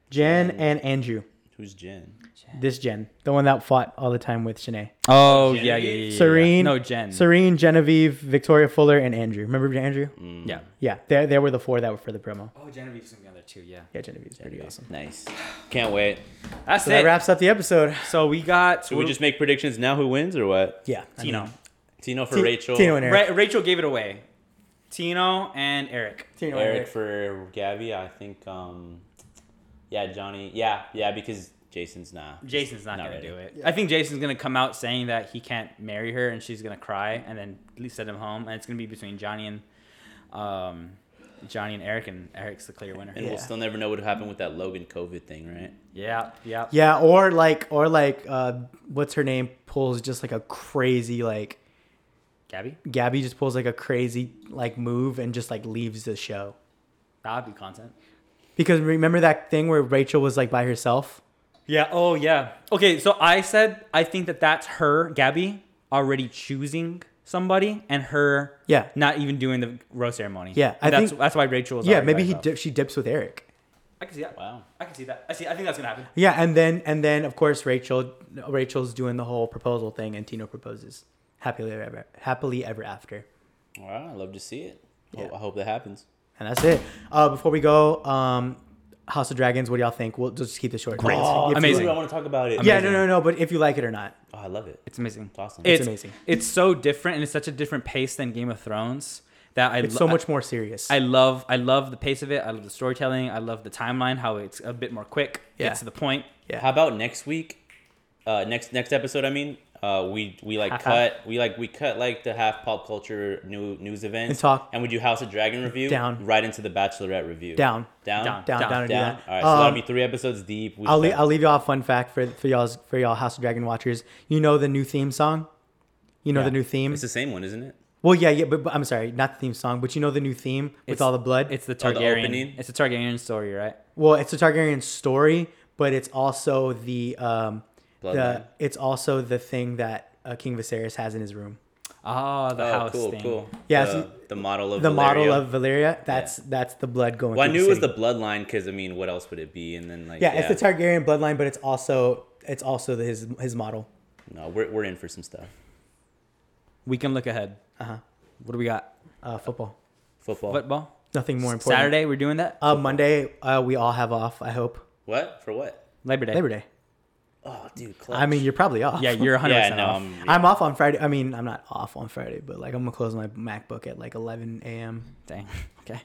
[SPEAKER 2] Jen and Andrew.
[SPEAKER 1] Who's Jen?
[SPEAKER 2] This Jen, the one that fought all the time with Shanae.
[SPEAKER 3] Oh
[SPEAKER 1] Genevieve?
[SPEAKER 3] yeah, yeah, yeah, yeah, yeah.
[SPEAKER 2] Serene.
[SPEAKER 3] No Jen.
[SPEAKER 2] Serene, Genevieve, Victoria Fuller, and Andrew. Remember Andrew?
[SPEAKER 3] Yeah.
[SPEAKER 2] Yeah, they, they were the four that were for the promo.
[SPEAKER 3] Oh, Genevieve's gonna be on there too. Yeah.
[SPEAKER 2] Yeah, Genevieve's pretty awesome.
[SPEAKER 1] Nice. Can't wait.
[SPEAKER 3] That's
[SPEAKER 2] So
[SPEAKER 3] it.
[SPEAKER 2] that wraps up the episode.
[SPEAKER 3] so we got.
[SPEAKER 1] Do we just make predictions now? Who wins or what?
[SPEAKER 2] Yeah, I
[SPEAKER 3] Tino.
[SPEAKER 2] mean,
[SPEAKER 1] Tino for
[SPEAKER 2] Ti-
[SPEAKER 1] Rachel.
[SPEAKER 2] Tino and Eric.
[SPEAKER 3] Ra- Rachel gave it away. Tino and Eric.
[SPEAKER 2] Tino and
[SPEAKER 1] Eric for Gabby. I think. um Yeah, Johnny. Yeah, yeah, because Jason's not.
[SPEAKER 3] Jason's not, gonna
[SPEAKER 1] ready.
[SPEAKER 3] do it. I think Jason's gonna come out saying that he can't marry her and she's gonna cry and then send him home and it's gonna be between Johnny and um, Johnny and Eric and Eric's the clear winner.
[SPEAKER 1] And we'll
[SPEAKER 2] Yeah.
[SPEAKER 1] still never know what happened with that Logan COVID thing, right?
[SPEAKER 3] Yeah, yeah.
[SPEAKER 2] Yeah, or like, or like, uh, what's her name pulls just like a crazy like.
[SPEAKER 3] Gabby,
[SPEAKER 2] Gabby just pulls like a crazy like move and just like leaves the show.
[SPEAKER 3] that would be content.
[SPEAKER 2] Because remember that thing where Rachel was like by herself?
[SPEAKER 3] Yeah. Oh, yeah. Okay. So I said I think that that's her, Gabby, already choosing somebody and her.
[SPEAKER 2] Yeah.
[SPEAKER 3] Not even doing the rose ceremony.
[SPEAKER 2] Yeah, I
[SPEAKER 3] And that's
[SPEAKER 2] think-
[SPEAKER 3] that's why Rachel was.
[SPEAKER 2] yeah,
[SPEAKER 3] already by
[SPEAKER 2] maybe he
[SPEAKER 3] herself.
[SPEAKER 2] dip, she dips with Eric.
[SPEAKER 3] I can see that.
[SPEAKER 1] Wow.
[SPEAKER 3] I can see that. I see. I think that's gonna happen.
[SPEAKER 2] Yeah, and then and then of course Rachel Rachel's doing the whole proposal thing and Tino proposes. Happily ever happily ever after.
[SPEAKER 1] Wow, I love to see it. Ho-
[SPEAKER 2] Yeah.
[SPEAKER 1] I hope that happens.
[SPEAKER 2] And that's it. Uh, before we go, um, House of Dragons, what do y'all think? We'll just keep this short. Great.
[SPEAKER 1] dude,
[SPEAKER 3] Oh, amazing.
[SPEAKER 1] I want to talk about it.
[SPEAKER 2] Yeah, no, no, no, but if you like it or not.
[SPEAKER 1] Oh, I love it.
[SPEAKER 3] It's amazing.
[SPEAKER 1] It's awesome.
[SPEAKER 3] It's,
[SPEAKER 2] amazing.
[SPEAKER 3] amazing. It's so different, and it's such a different pace than Game of Thrones that I
[SPEAKER 2] It's
[SPEAKER 3] lo-
[SPEAKER 2] so much more serious.
[SPEAKER 3] I love. I love the pace of it. I love the storytelling. I love the timeline. How it's a bit more quick.
[SPEAKER 2] Yeah.
[SPEAKER 3] Gets to the point.
[SPEAKER 1] How about next week? Uh, next next episode, I mean, uh, we we like
[SPEAKER 3] Half-half.
[SPEAKER 1] cut we like we cut like the half pop culture new news events
[SPEAKER 2] And talk-
[SPEAKER 1] and we do House of Dragon review
[SPEAKER 2] Down.
[SPEAKER 1] right into the Bachelorette review
[SPEAKER 2] down.
[SPEAKER 1] down
[SPEAKER 3] Down.
[SPEAKER 2] Down, down, down, and do
[SPEAKER 1] down.
[SPEAKER 2] that.
[SPEAKER 1] All right, so that'll
[SPEAKER 2] Um,
[SPEAKER 1] be three episodes deep. We
[SPEAKER 2] I'll, le-
[SPEAKER 1] start-
[SPEAKER 2] I'll leave y'all a fun fact for for y'all's for y'all House of Dragon watchers. You know the new theme song? You know the new theme?
[SPEAKER 1] it's the same one, isn't it?
[SPEAKER 2] well, yeah, yeah, but, but I'm sorry, not the theme song, but you know the new theme with
[SPEAKER 3] It's-
[SPEAKER 2] all the blood?
[SPEAKER 3] It's the
[SPEAKER 1] Oh, the
[SPEAKER 3] Targaryen.
[SPEAKER 1] opening?
[SPEAKER 3] it's a Targaryen story, right?
[SPEAKER 2] Well, it's a Targaryen story, but it's also the um
[SPEAKER 1] Bloodline.
[SPEAKER 2] the it's also the thing that uh, King Viserys has in his room.
[SPEAKER 3] Oh, the
[SPEAKER 1] Oh,
[SPEAKER 3] house
[SPEAKER 1] cool,
[SPEAKER 3] thing.
[SPEAKER 1] cool.
[SPEAKER 2] Yeah,
[SPEAKER 1] the,
[SPEAKER 2] so-
[SPEAKER 1] the model of
[SPEAKER 2] The model
[SPEAKER 1] Valeria.
[SPEAKER 2] of Valyria, that's that's the blood going.
[SPEAKER 1] Well, I
[SPEAKER 2] through
[SPEAKER 1] knew it was the
[SPEAKER 2] city.
[SPEAKER 1] bloodline because I mean, what else would it be? And then like
[SPEAKER 2] Yeah, it's the Targaryen bloodline, but it's also it's also the, his his model.
[SPEAKER 1] No, we're, we're in for some stuff.
[SPEAKER 3] We can look ahead.
[SPEAKER 2] Uh huh.
[SPEAKER 3] What do we got?
[SPEAKER 2] Uh, football.
[SPEAKER 1] Football. What?
[SPEAKER 3] Football.
[SPEAKER 2] Nothing more important.
[SPEAKER 3] Saturday, we're doing that.
[SPEAKER 2] Uh, Monday, uh, we all have off. I hope
[SPEAKER 1] For what?
[SPEAKER 3] Labor Day.
[SPEAKER 2] Labor Day.
[SPEAKER 1] Oh, dude. Clutch.
[SPEAKER 2] I mean, you're probably off.
[SPEAKER 3] Yeah, you're 100
[SPEAKER 1] yeah,
[SPEAKER 3] percent
[SPEAKER 1] no,
[SPEAKER 3] off.
[SPEAKER 1] I'm,
[SPEAKER 2] I'm off on Friday. I mean, I'm not off on Friday, but like I'm gonna close my MacBook at like 11 a.m.
[SPEAKER 3] Dang. Okay.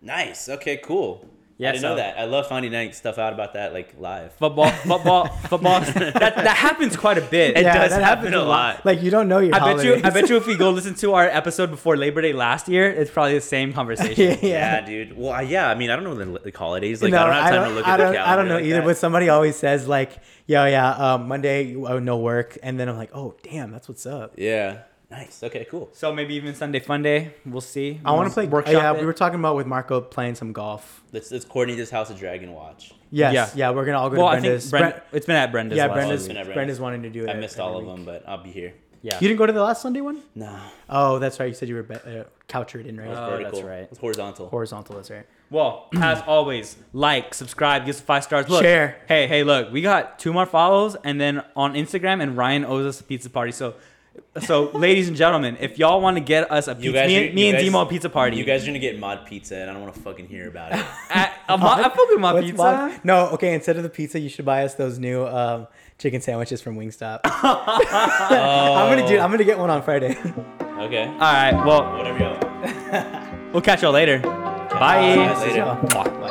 [SPEAKER 1] nice. Okay, cool. Yeah,
[SPEAKER 3] Yeah,
[SPEAKER 1] I didn't
[SPEAKER 3] so-
[SPEAKER 1] know that. I love finding out stuff out about that like live.
[SPEAKER 3] Football. Football. football. That that happens quite a bit.
[SPEAKER 1] It
[SPEAKER 2] yeah,
[SPEAKER 1] does
[SPEAKER 2] that
[SPEAKER 1] happen
[SPEAKER 2] happens
[SPEAKER 1] a
[SPEAKER 2] a
[SPEAKER 1] lot.
[SPEAKER 2] Like you don't know your.
[SPEAKER 3] I bet you. I
[SPEAKER 2] holidays.
[SPEAKER 3] bet you. If we go listen to our episode before Labor Day last year, it's probably the same conversation.
[SPEAKER 2] yeah.
[SPEAKER 1] Yeah, dude. Well, I, yeah. I mean, I don't know the, the holidays. Like, I
[SPEAKER 2] no,
[SPEAKER 1] don't have time to look
[SPEAKER 2] I
[SPEAKER 1] at the
[SPEAKER 2] don't,
[SPEAKER 1] calendar.
[SPEAKER 2] I don't know
[SPEAKER 1] like
[SPEAKER 2] either.
[SPEAKER 1] that.
[SPEAKER 2] But somebody always says like, "Yeah, yeah, um, Monday, oh, no work," and then I'm like, "Oh, damn, that's what's up."
[SPEAKER 1] yeah. Nice. Okay. Cool.
[SPEAKER 3] So maybe even Sunday Fun Day. We'll see.
[SPEAKER 2] I want to
[SPEAKER 3] We'll
[SPEAKER 2] play.
[SPEAKER 3] workshop
[SPEAKER 2] yeah,
[SPEAKER 3] it.
[SPEAKER 2] we were talking about with Marco playing some golf.
[SPEAKER 1] Let's let's coordinate this House of Dragon watch.
[SPEAKER 2] Yes, yeah,
[SPEAKER 3] Yeah.
[SPEAKER 2] we're gonna all go
[SPEAKER 3] Well,
[SPEAKER 2] to
[SPEAKER 3] I think
[SPEAKER 2] Brenda's.
[SPEAKER 3] Brenda,
[SPEAKER 2] Bren-
[SPEAKER 3] it's been at Brenda's.
[SPEAKER 2] yeah,
[SPEAKER 3] last
[SPEAKER 2] Brenda's,
[SPEAKER 1] week.
[SPEAKER 3] week.
[SPEAKER 1] Been at Brenda's.
[SPEAKER 2] Brenda's wanting to do it.
[SPEAKER 1] I missed
[SPEAKER 2] every
[SPEAKER 1] all of
[SPEAKER 2] week.
[SPEAKER 1] them, but I'll be here.
[SPEAKER 3] Yeah.
[SPEAKER 2] You didn't go to the last Sunday one?
[SPEAKER 1] Nah.
[SPEAKER 2] Oh, that's right. You said you were be- uh, couch reading, right?
[SPEAKER 3] Oh, that's right.
[SPEAKER 1] It's horizontal.
[SPEAKER 2] Horizontal, that's right.
[SPEAKER 3] Well, as always, like, subscribe, give us five stars. Look,
[SPEAKER 2] Share.
[SPEAKER 3] Hey, hey, look, we got two more follows, and then on Instagram, and Ryan owes us a pizza party. So, so ladies and gentlemen, if y'all want to get us a
[SPEAKER 1] you
[SPEAKER 3] pizza,
[SPEAKER 1] guys,
[SPEAKER 3] me,
[SPEAKER 1] are-
[SPEAKER 3] and- me
[SPEAKER 1] you
[SPEAKER 3] and
[SPEAKER 1] guys-
[SPEAKER 3] Demo a pizza party.
[SPEAKER 1] You guys are gonna get mod pizza, and I don't want to fucking hear about it.
[SPEAKER 3] I, I, I fuck with my
[SPEAKER 2] What's
[SPEAKER 3] pizza.
[SPEAKER 2] mod- No, okay. Instead of the pizza, you should buy us those new um, chicken sandwiches from Wingstop. I'm
[SPEAKER 1] Oh.
[SPEAKER 2] gonna do. I'm gonna get one on Friday.
[SPEAKER 1] okay.
[SPEAKER 3] All right, well,
[SPEAKER 1] Whatever you want.
[SPEAKER 3] we'll catch y'all later.
[SPEAKER 1] See you
[SPEAKER 3] Bye.
[SPEAKER 1] guys later.
[SPEAKER 2] Y'all.
[SPEAKER 3] Mwah.